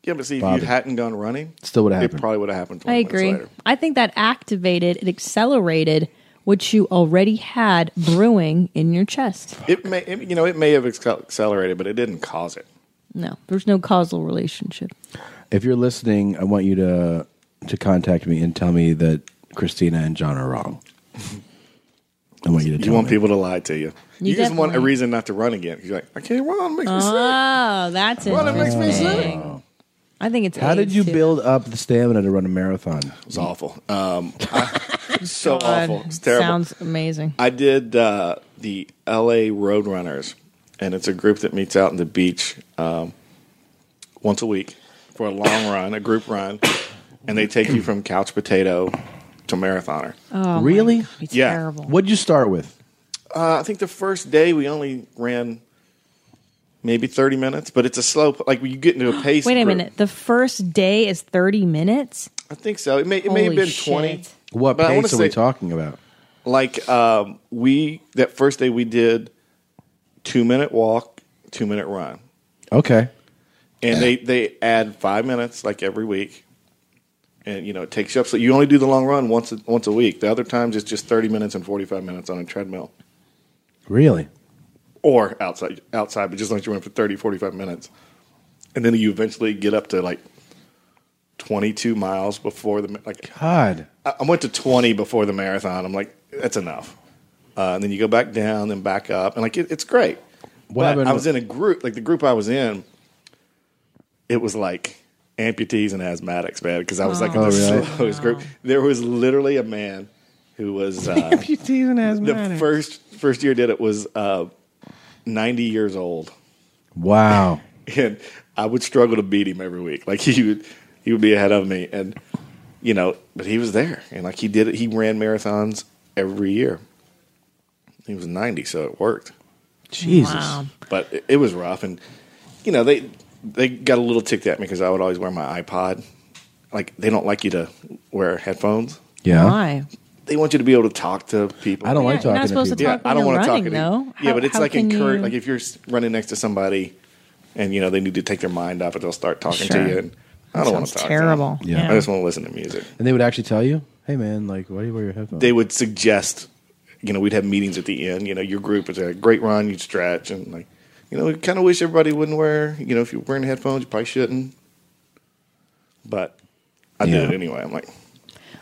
Yeah, but see, if Bobby. you hadn't gone running, Still would've happened. It probably would have happened. I 20 minutes agree. later. I think that activated, it accelerated what you already had brewing in your chest. It may, it- you know, it may have excel- accelerated, but it didn't cause it. No, there's no causal relationship. If you're listening, I want you to to contact me and tell me that Christina and John are wrong. I want you to. You Tell want me. people to lie to you. You You, just want a definitely- reason not to run again. You're like, I can't run. It makes me sick. Oh, that's it. Well, it makes me sick. I think it's How did AIDS, you too. build up the stamina to run a marathon? It was awful. Um, I- so God, awful. It's terrible. Sounds amazing. I did uh, the LA Roadrunners, and it's a group that meets out on the beach um, once a week for a long run, a group run, and they take you from couch potato to marathoner. Oh, really? It's Yeah. terrible. What'd you start with? Uh, I think the first day we only ran maybe 30 minutes, but it's a slow, p- like when you get into a pace. Wait a group. minute. The first day is 30 minutes? I think so. It may, it may have Holy been shit. 20. What But I wanna pace are we say- talking about? like um, we that first day we did two minute walk two minute run Okay. and they they add five minutes like every week and you know it takes you up so you only do the long run once a, once a week the other times it's just 30 minutes and 45 minutes on a treadmill Really? or outside outside but just like you run for 30 45 minutes and then you eventually get up to like 22 miles before the ma- like God. I I went to 20 before the marathon. I'm like, that's enough. Uh, and then you go back down, then back up, and like it, it's great. What but happened- I was in a group, like the group I was in, it was like amputees and asthmatics, man, because I was like in Oh. the Oh, really? slowest group. There was literally a man who was uh, Amputees and the asthmatics. first first year did it was uh, 90 years old Wow. and I would struggle to beat him every week. Like he would, he would be ahead of me, and you know, but he was there, and like he did it. He ran marathons every year. He was ninety, so it worked. Jesus. Wow. But it, it was rough, and you know they they got a little ticked at me because I would always wear my iPod. Like they don't like you to wear headphones. Yeah. Why? They want you to be able to talk to people. I don't like you're talking not supposed to to people. talk I don't when want you're to talk running, to though. Yeah, How- but it's how like can encourage. you- Like if you're s- running next to somebody, and you know they need to take their mind off, it, they'll start talking Sure. to you. And I That don't want sounds to talk. terrible. To them. Yeah. I just want to listen to music. and they would actually tell you, "Hey, man, like, why do you wear your headphones?" They would suggest, you know, we'd have meetings at the end. You know, your group is a great run. You'd stretch and like, you know, we kind of wish everybody wouldn't wear. You know, if you're wearing headphones, you probably shouldn't. But I did it anyway. I'm like,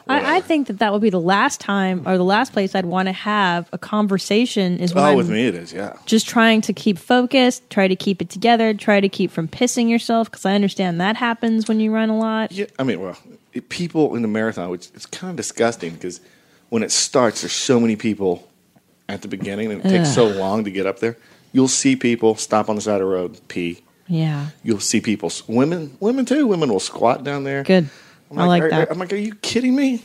I, I think that that would be the last time or the last place I'd want to have a conversation is when oh, I'm with me it is. Yeah. just trying to keep focused, try to keep it together, try to keep from pissing yourself because I understand that happens when you run a lot. Yeah, I mean, well, it, people in the marathon, which it's kind of disgusting because when it starts, there's so many people at the beginning, and it takes so long to get up there. You'll see people stop on the side of the road, pee. Yeah. You'll see people, women, women too. Women will squat down there. Good. I'm I like are, that. I'm like, are you kidding me?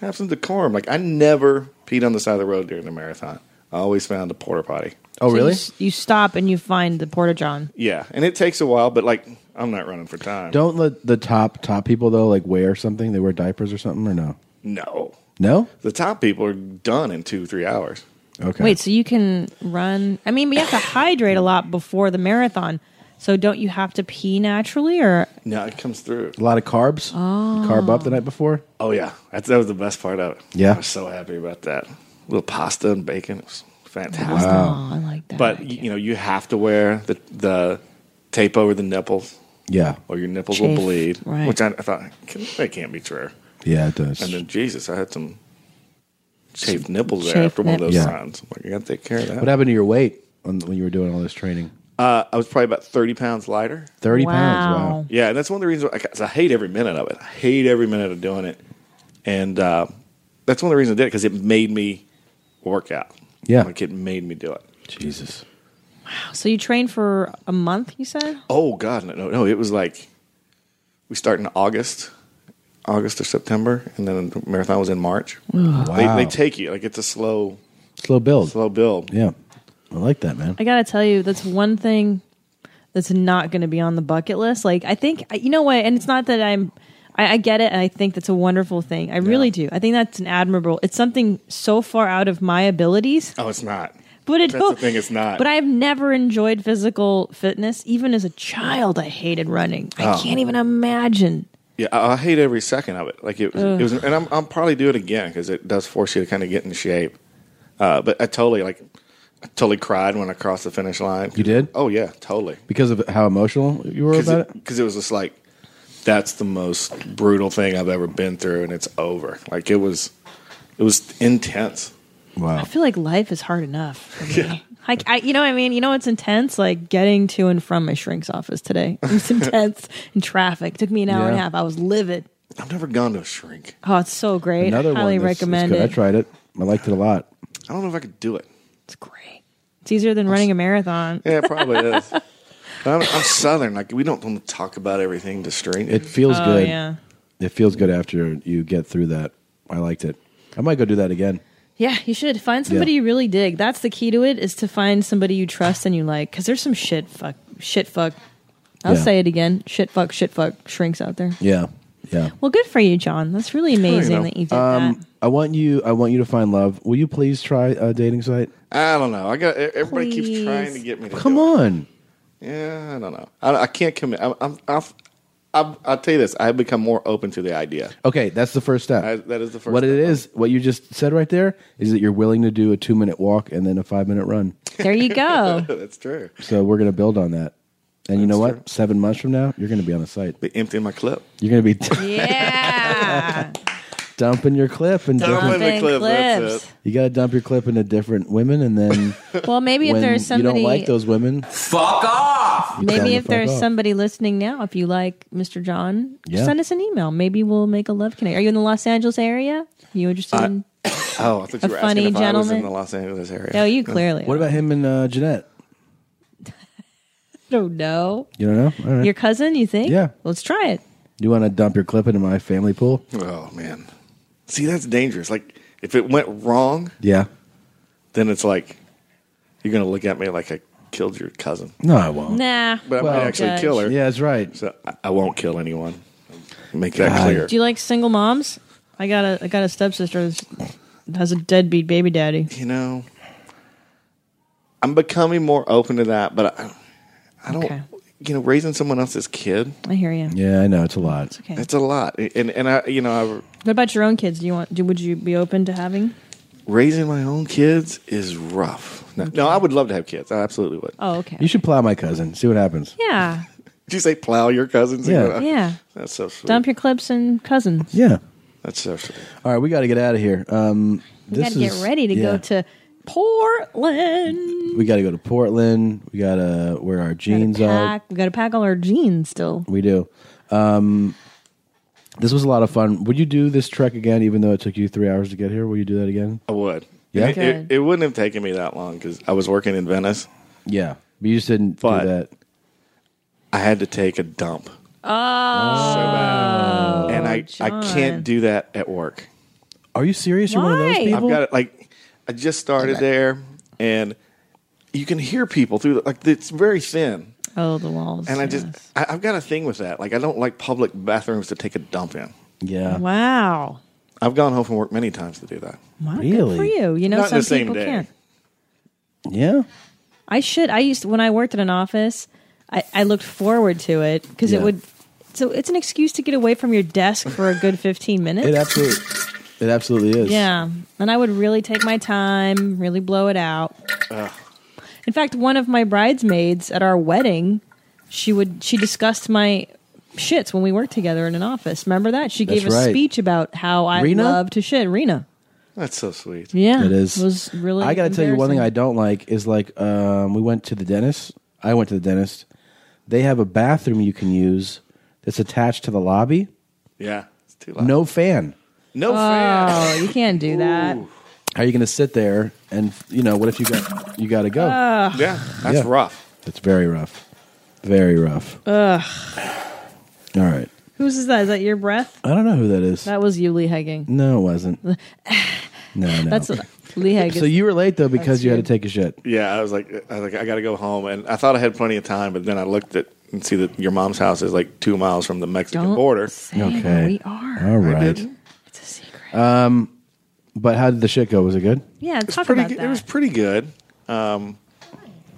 Have some decorum. Like, I never peed on the side of the road during the marathon. I always found a porta potty. Oh, So You, s- you stop and you find the porta john. Yeah, and it takes a while, but like, I'm not running for time. Don't let the top top people though like wear something. They wear diapers or something or no? No, No. the top people are done in two, three hours. Okay. Wait, so you can run? I mean, but you have to hydrate a lot before the marathon. So don't you have to pee naturally or No, it comes through. A lot of carbs. Oh. Carb up the night before. Oh yeah, that's, that was the best part of it. Yeah. I was so happy about that. little pasta and bacon, it was fantastic. Wow. I like that. But you know, you have to wear the the tape over the nipples. Yeah. or your nipples Chafe, will bleed. right. Which I, I thought can- that can't be true. Yeah, it does. And then Jesus, I had some chafed nipples there Chafed after one of those nipples. Yeah. times. I'm like, I got to take care of that. What happened to your weight on, when you were doing all this training? Uh, I was probably about 30 pounds lighter. 30 pounds, Wow. wow. Yeah, and that's one of the reasons why, 'cause I hate every minute of it. I hate every minute of doing it. And uh, that's one of the reasons I did it because it made me work out. Yeah. Like it made me do it. Jesus. so you train for a month, you said? Oh, God. No, no, no. It was like we start in August, August or September, and then the marathon was in March. Wow. They, they take you. Like it's a slow, Slow build. slow build. Yeah. I like that, man. I gotta tell you, that's one thing that's not gonna be on the bucket list. Like, I think you know what, and it's not that I'm. I, I get it, and I think that's a wonderful thing. I really do. I think that's an admirable. It's something so far out of my abilities. Oh, it's not. But it- that's the thing. It's not. But I've never enjoyed physical fitness. Even as a child, I hated running. I Oh. can't even imagine. Yeah, I, I hate every second of it. Like it, Ugh. it was, and I'm, I'll probably do it again because it does force you to kind of get in shape. Uh, but I totally like, I totally cried when I crossed the finish line. You did? Oh yeah, totally. Because of how emotional you were Because about it? it, 'cause it was just like, that's the most brutal thing I've ever been through, and it's over. Like it was, it was intense. Wow. I feel like life is hard enough for me. Like I, you know, what I mean, you know, it's intense. Like getting to and from my shrink's office today. It was intense in traffic. took me an hour and a Yeah. half. I was livid. I've never gone to a shrink. Oh, it's so great. I highly that's- that's recommend good. I it. tried it. I liked it a lot. I don't know if I could do it. It's easier than running a marathon. Yeah, it probably is. But I'm, I'm Southern. Like we don't want to talk about everything to strangers. It feels good. Oh, yeah. It feels good after you get through that. I liked it. I might go do that again. Yeah, you should find somebody Yeah. you really dig. That's the key to it is to find somebody you trust and you like. Because there's some shit fuck, shit fuck. I'll Yeah. say it again: shit fuck, shit fuck shrinks out there. Yeah. Yeah. Well, good for you, John. That's really amazing that you did that. Um, I want you. I want you to find love. Will you please try a dating site? I don't know. I got e, everybody keeps trying to Please. get me to Come on. Yeah, I don't know. I, I can't commit. I'm, I'm, I've, I've, I'll tell you this. I've become more open to the idea. Okay, that's the first step. I, that is the first. what it is, what you just said right there, is that you're willing to do a two minute walk and then a five minute run. There you go. That's true. So we're gonna build on that. And you know what? Seven months from now, you're gonna be on the site. Be emptying my clip. You're gonna be Yeah. dumping your clip and Dumping different- the clip, that's Clips. it. You gotta dump your clip into different women, and then Well, maybe if when there's you somebody, don't like those women, fuck off. maybe if there's somebody listening now, if you like Mr. John, Yeah. send us an email. Maybe we'll make a love connect. Are you in the Los Angeles area? You interested? in- Oh, I thought A you were funny asking if I was in gentleman. the Los Angeles area. No, you clearly What about him and uh, Jeanette? I don't know. You don't know? All right. Your cousin? You think? Yeah. Let's try it. you want to dump your clip into my family pool? Oh man, see that's dangerous. Like if it went wrong, Yeah. then it's like you're gonna look at me like I killed your cousin. No, I won't. Nah. But I might actually kill her. Yeah, that's right. So I, I won't kill anyone. Make that clear. Do you like single moms? I got a I got a stepsister that has a deadbeat baby daddy. You know, I'm becoming more open to that, but I, I don't. You know, raising someone else's kid. I hear you. Yeah, I know it's a lot. It's okay. It's a lot, and and I, you know, I, What about your own kids? Do you want? Do, would you be open to having? raising my own kids is rough. No, no, I would love to have kids. I absolutely would. Oh, okay. You should plow my cousin. See what happens. Yeah, Did you say plow your cousins? Yeah. yeah. That's so sweet. Dump your clips and cousins. Yeah. That's so sweet. All right, we got to get out of here. Um, We this got to get is- ready to yeah. go to Portland. We got to go to Portland. We got to wear our jeans out. Pack. We got to pack all our jeans still. We do. Um, this was a lot of fun. Would you do this trek again, even though it took you three hours to get here? Will you do that again? I would. Yeah? It, it, it wouldn't have taken me that long because I was working in Venice. Yeah, but you just didn't but do that. I had to take a dump, Oh, and I I can't do that at work. Are you serious? You're one of those Why? people. I've got it. Like I just started there, and you can hear people through. The, like it's very thin. oh, the walls. And I just, I, I've got a thing with that. Like, I don't like public bathrooms to take a dump in. Yeah. Wow. I've gone home from work many times to do that. Wow, Good for you. You know, Not in some the same people day. can't. Yeah. I should. I used when I worked at an office. I, I looked forward to it because Yeah. it would. So it's an excuse to get away from your desk for a good fifteen minutes. It absolutely, it absolutely is. Yeah, and I would really take my time, really blow it out. Ugh. In fact, one of my bridesmaids at our wedding, she would she discussed my shits when we worked together in an office. Remember that? She That's gave a right. speech about how I Rena? love to shit. Rena. That's so sweet. Yeah. It is. It was really I got to tell you one thing I embarrassing. don't like is like um, we went to the dentist. I went to the dentist. They have a bathroom you can use that's attached to the lobby. Yeah. It's too loud. No fan. No Oh, you can't do that. How are you going to sit there and you know what if you got you got to go? Ugh. Yeah, that's rough. It's very rough. Very rough. Ugh. All right. Whose is that? Is that your breath? I don't know who that is. That was you, Lee Hegging. no, it wasn't. No, no. That's Lee Hegging. so you were late though because That's you had you. to take a shit. Yeah, I was like, I was like, I gotta go home, and I thought I had plenty of time, but then I looked at and see that your mom's house is like two miles from the Mexican Don't border. okay. we are. All I right. It's a secret. Um, but how did the shit go? Was it good? Yeah, talk pretty about good. that. It was pretty good. Um,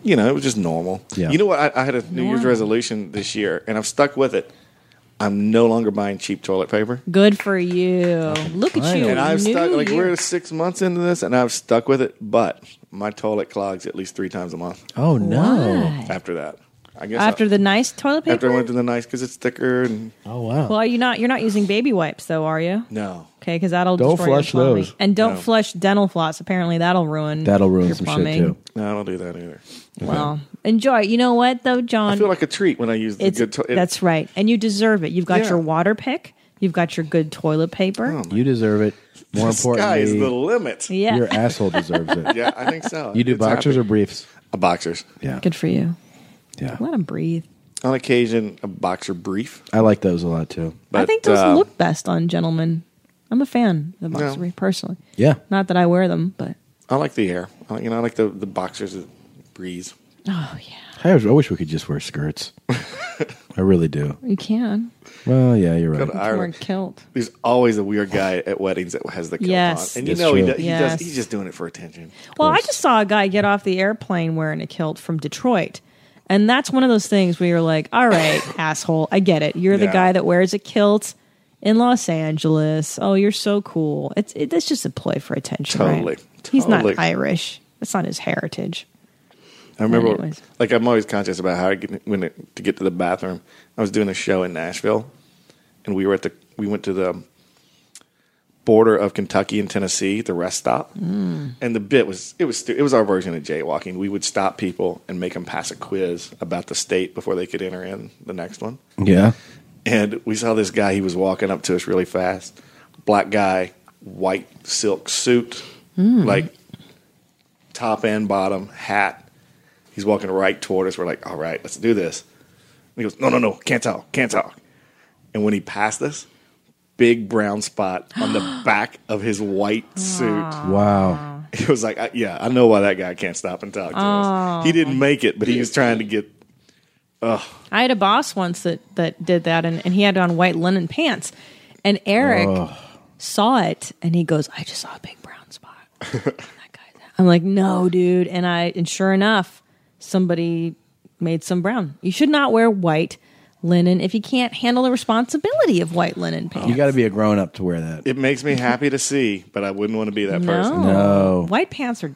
you know, it was just normal. Yeah. You know what? I, I had a New Year's Normal. resolution this year, and I've stuck with it. I'm no longer buying cheap toilet paper. Good for you. Look at you. And I've New stuck like year. we're six months into this, and I've stuck with it. But my toilet clogs at least three times a month. Oh no. After that, I guess after the nice toilet I, paper. after I went to the nice because it's thicker and oh wow. well, are you not you're not using baby wipes though, are you? No. Okay, because that'll Don't destroy your flush plumbing. those. and don't No. flush dental floss. Apparently, that'll ruin That'll ruin your some plumbing. shit too. No, I don't do that either. Well, enjoy. You know what though, John? I feel like a treat when I use the it's good. To- it- that's right, and you deserve it. You've got Yeah. Oh. your water pick. You've got your good toilet paper. You deserve it. More This guy is importantly, the limit. Yeah. your asshole deserves it. Yeah, I think so. You do It's boxers happening. or briefs? A boxers. Yeah. Good for you. Yeah. Let him breathe. On occasion, a boxer brief. I like those a lot too. I think those uh, look best on gentlemen. I'm a fan of the No. boxery personally. Yeah. Not that I wear them, but I like the air. I like, you know, I like the, the boxers that breeze. oh, yeah, I was- I wish we could just wear skirts. I really do. you can. Well, yeah, you're Go to right. Wear a Ireland. kilt. There's always a weird guy at weddings that has the kilt Yes. on, and you That's know he, true. does, he Yes. does. He's just doing it for attention. Well, I just saw a guy get off the airplane wearing a kilt from Detroit. And that's one of those things where you're like, all right, asshole, I get it. You're the Yeah. guy that wears a kilt in Los Angeles. Oh, you're so cool. It's it, that's just a ploy for attention. right? Totally. He's not Totally. Irish. That's not his heritage. I remember, Anyways. like, I'm always conscious about how I get when it, to get to the bathroom. I was doing a show in Nashville, and we were at the we went to the border of Kentucky and Tennessee, the rest stop, and the bit was it was stu- it was our version of jaywalking. We would stop people and make them pass a quiz about the state before they could enter in the next one. Yeah. And we saw this guy. He was walking up to us really fast. Black guy, white silk suit, like top and bottom hat. He's walking right toward us. We're like, all right, let's do this. And he goes, no, no, no, can't talk, can't talk. And when he passed us, big brown spot on the back of his white suit. Ah. Wow. It was like, I, yeah, I know why that guy can't stop and talk to us. He didn't make it, but he was trying to get. Ugh. I had a boss once that that did that, and, and he had on white linen pants. And Eric Ugh. saw it, and he goes, "I just saw a big brown spot." on that guy's. I'm like, "No, dude!" And I, and sure enough, somebody made some brown. You should not wear white linen if you can't handle the responsibility of white linen Oh. pants. You got to be a grown up to wear that. It makes me happy to see, but I wouldn't want to be that person. No. white pants are,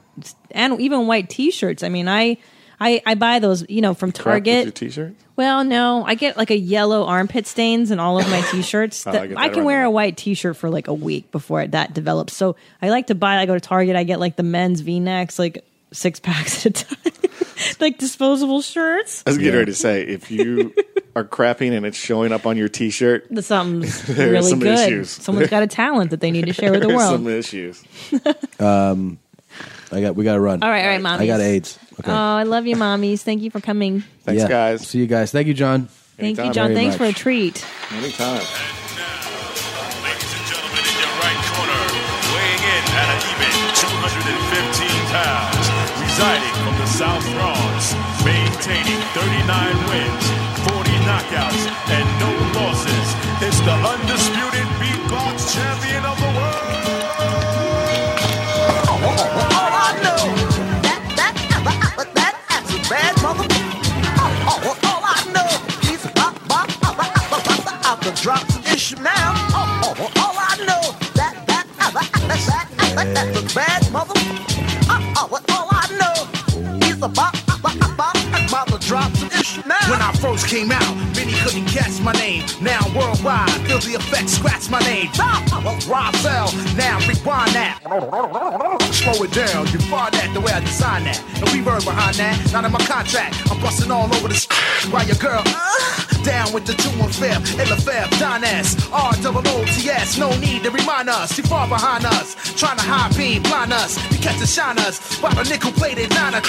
and even white T-shirts. I mean, I, I, I buy those, you know, from Target. your t-shirt. Well, no, I get like a yellow armpit stains in all of my t-shirts. Oh, I That- get that I, can around wear a white t-shirt for like a week before that develops. So I like to buy. I go to Target. I get like the men's V-necks, like six packs at a time, like disposable shirts. I was getting ready to say if you are crapping and it's showing up on your t-shirt, That something's There are really some good. issues. Someone's got a talent that they need to share with the there's world. some issues. Um, I got. We got to run. All right, all right, I got mommies. AIDS. Okay. Oh, I love you, mommies. Thank you for coming. Thanks, guys. See you guys. Thank you, John. Thank you, John. Thanks for a treat. for anytime. Weighing in at an even 215 pounds, residing from the South Bronx, maintaining 39 wins, 40 knockouts, and no losses, is the undisputed beatbox champion of the world. All I know, that, that, that, that, that's a bad mother. Oh, oh, all I to drop the issue now. Oh, oh, oh, all I know that that other that's that other that's a bad mother. Oh, oh, well, all I know is about about about about to drop the issue now. When I first came out, many couldn't catch my name. Now worldwide, feel the effect, scratch my name. Ah, I'm a Roswell, now rewind that. Slow it down, you find that the way I design that. No reverb behind that, not in my contract. I'm busting all over this while your girl uh, down with the two and fifth. In the fifth, Don S, R double O T S. No need to remind us, you far behind us. Trying to high beam, blind us, you catch and shine us. By the nickel plated niner.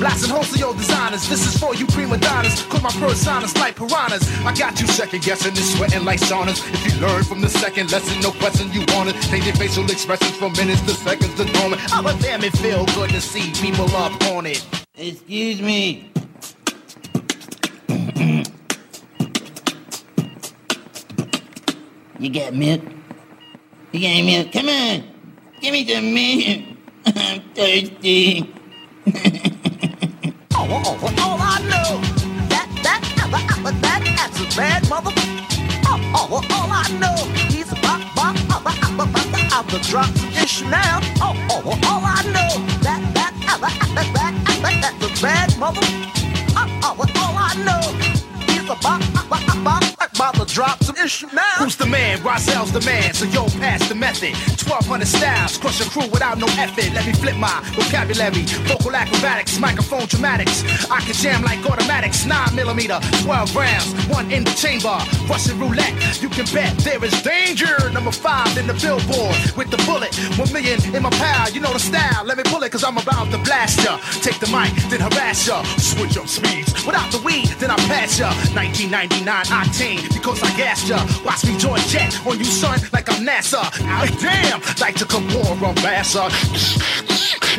Blasting holes to your designers. This is for you prima donnas. Cause my personas like piranhas. I got you second guessing and sweating like saunas. If you learn from the second lesson, no question you want it. Take your facial expressions from minutes to seconds to moment. I but damn it feel good to see people up on it. Excuse me. You got milk? You got any milk? Come on. Give me some milk. I'm thirsty. Oh, oh, oh, all I know that that ever ever that that's a bad mother. Oh, oh, well, all I know he's a bop bop ever ever ever ever drops an issue now. Oh, oh, well, all I know that that ever ever that ever that's a bad mother. Oh, oh, well, all I know he's a bop ever ever about to drop some issue now. Who's the man? Roselle's the man, so yo, pass the method. 1200 styles, crush your crew without no effort. Let me flip my vocabulary, vocal acrobatics, microphone dramatics. I can jam like automatics, 9 millimeter, 12 rounds, one in the chamber. Russian roulette, you can bet there is danger. Number five in the billboard with the bullet, one million in my pile. You know the style, let me pull it, cause I'm about to blast ya. Take the mic, then harass ya. Switch up speeds, without the weed, then I pass ya. 1999 octane because I gassed ya. Watch me join jet on you, son, like I'm NASA. Out damn, like to Kamora Massa.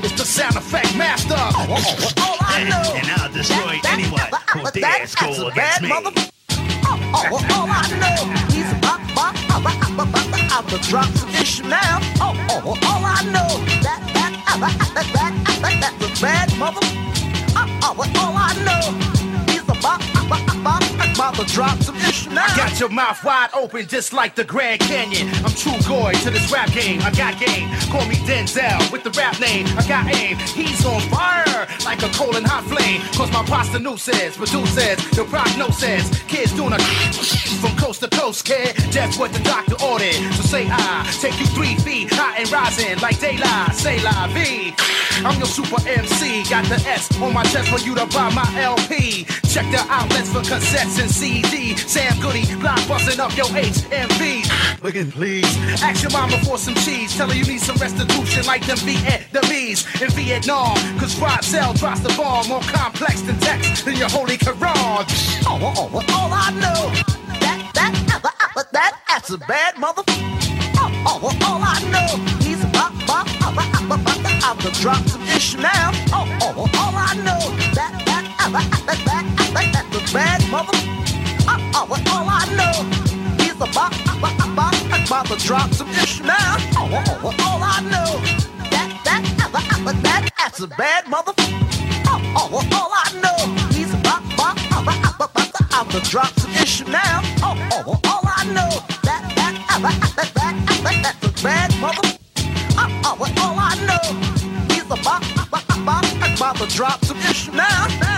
It's the sound effect master. all I know. And I'll destroy anyone who dares go against me. Oh, well, all I know he's a bop bop ever ever ever ever drops an issue now. Oh, oh, well, all I know that that ever ever that ever that's a bad mother. Oh, oh, well, all I know he's a bop ever ever ever drops an issue now. I got your mouth wide open just like the Grand Canyon. I'm true goy to this rap game. I got game. Call me Denzel with the rap name. I got aim. He's on fire like a coal and hot flame. Cause my pasta new says, produces, the prognosis. Kids doing a from coast to coast, kid. That's what the doctor ordered. So say I take you three feet high and rising like daylight. Say la vie. I'm your super MC. Got the S on my chest for you to buy my LP. Check the outlets for cassettes and CD. Sam Goody, block busting up your HMV. Looking please. Ask your mama for some cheese. Tell her you need some restitution like them Vietnamese in Vietnam. Cause Rosell drops the ball more complex than text than your holy Quran. Oh, oh, oh, well, all I know that that ever ever that that's a bad mother. Oh, oh, well, all I know he's a bop bop ever ever ever ever drops an issue now. Oh, oh, well, all I know that that ever ever that ever that's a bad mother. Oh, oh, well, all I know he's a bop ever ever ever drops an issue now. Oh, oh, well, all I know that that ever ever that that's a bad mother. Oh, oh, well, all I know he's a bop bop ever ever ever ever drops an issue now. Oh, oh, well, all I know that that ever ever that ever that's a bad mother. Oh, oh, well, all I know he's a bop bop bop ever drops an issue now.